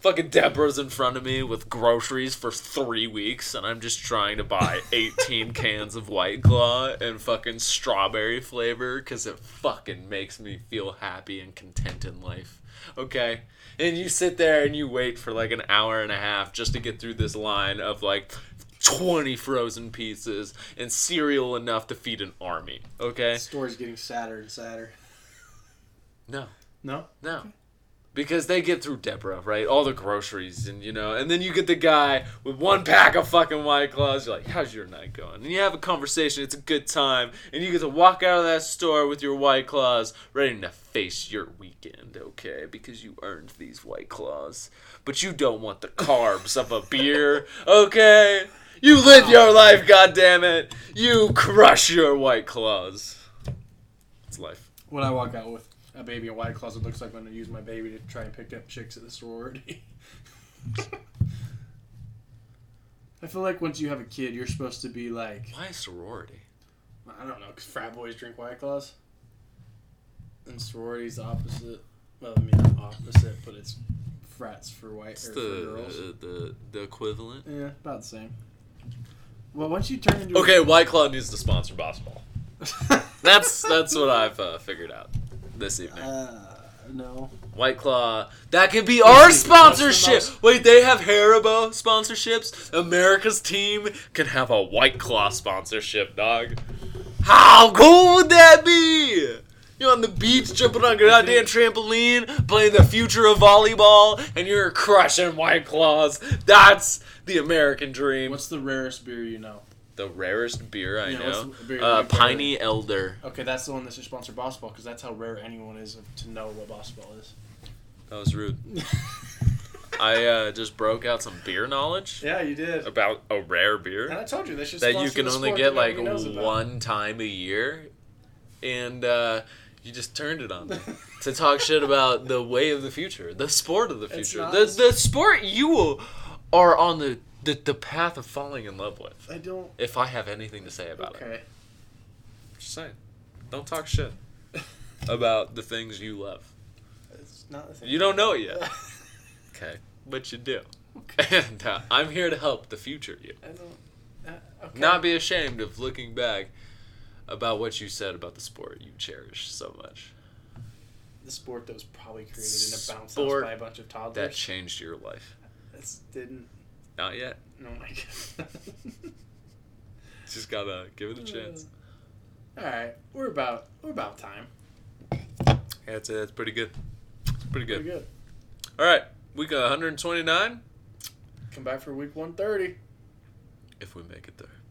A: Fucking Deborah's in front of me with groceries for three weeks, and I'm just trying to buy eighteen cans of White Claw and fucking strawberry flavor because it fucking makes me feel happy and content in life okay and you sit there and you wait for like an hour and a half just to get through this line of like 20 frozen pizzas and cereal enough to feed an army okay
B: The story's getting sadder and sadder.
A: no
B: No,
A: no because they get through Deborah, right? All the groceries, and you know, and then you get the guy with one pack of fucking White Claws. You're like, "How's your night going?" And you have a conversation. It's a good time, and you get to walk out of that store with your White Claws, ready to face your weekend, okay? Because you earned these White Claws, but you don't want the carbs of a beer, okay? You live your life, goddammit! You crush your White Claws. It's life.
B: when I walk out with a baby in white claws, it looks like I'm gonna use my baby to try and pick up chicks at the sorority. I feel like once you have a kid, you're supposed to be like
A: Why sorority?
B: I don't know, because frat boys drink White Claws. And sororities opposite. Well, I mean, not opposite, but it's frats for white
A: It's
B: or
A: the, uh,
B: for girls.
A: the the equivalent.
B: yeah, about the same. Well, once you turn into
A: Okay, White Claw needs to sponsor Boss Ball. That's that's what I've uh, figured out this evening.
B: uh, no.
A: White Claw that can be our
B: That's the
A: sponsorship.
B: most-
A: Wait, they have Haribo sponsorships. America's team can have a White Claw sponsorship, dog. How cool would that be? You're on the beach jumping on a goddamn trampoline, playing the future of volleyball, and you're crushing White Claws. That's the American dream.
B: What's the rarest beer you know?
A: the rarest beer I
B: Yeah, what's
A: know.
B: the beer
A: uh,
B: you prefer?
A: Piney Elder.
B: Okay, that's the one that should sponsor Boss Ball because that's how rare anyone is to know what Boss Ball is.
A: That was rude. I uh, just broke out some beer knowledge
B: yeah, you did.
A: about a rare beer.
B: And I told you they should
A: that
B: sponsor
A: you can
B: the
A: only
B: sport
A: get
B: that
A: like
B: nobody knows about.
A: one time a year, and uh, you just turned it on me to talk shit about the way of the future, the sport of the
B: It's
A: future,
B: not
A: the
B: a s-
A: the sport you will- are on the, the the path of falling in love with.
B: I don't.
A: If I have anything to say about it,
B: Okay.
A: just saying, don't talk shit about the things you love.
B: It's not the thing.
A: You don't know it yet, okay? But you do. And uh, I'm here to help the future you.
B: I don't. Uh, okay.
A: Not be ashamed of looking back about what you said about the sport you cherish so much.
B: the sport that was probably created in a bounce house
A: Sport
B: by a bunch of toddlers.
A: That changed your life.
B: That's didn't.
A: Not yet.
B: Oh my god.
A: Just gotta give it a
B: Mm.
A: chance.
B: All right, we're about we're about time.
A: Yeah, that's, that's pretty good. It's pretty
B: We're
A: good.
B: good.
A: All right, week 129.
B: Come back for week one thirty.
A: If we make it there.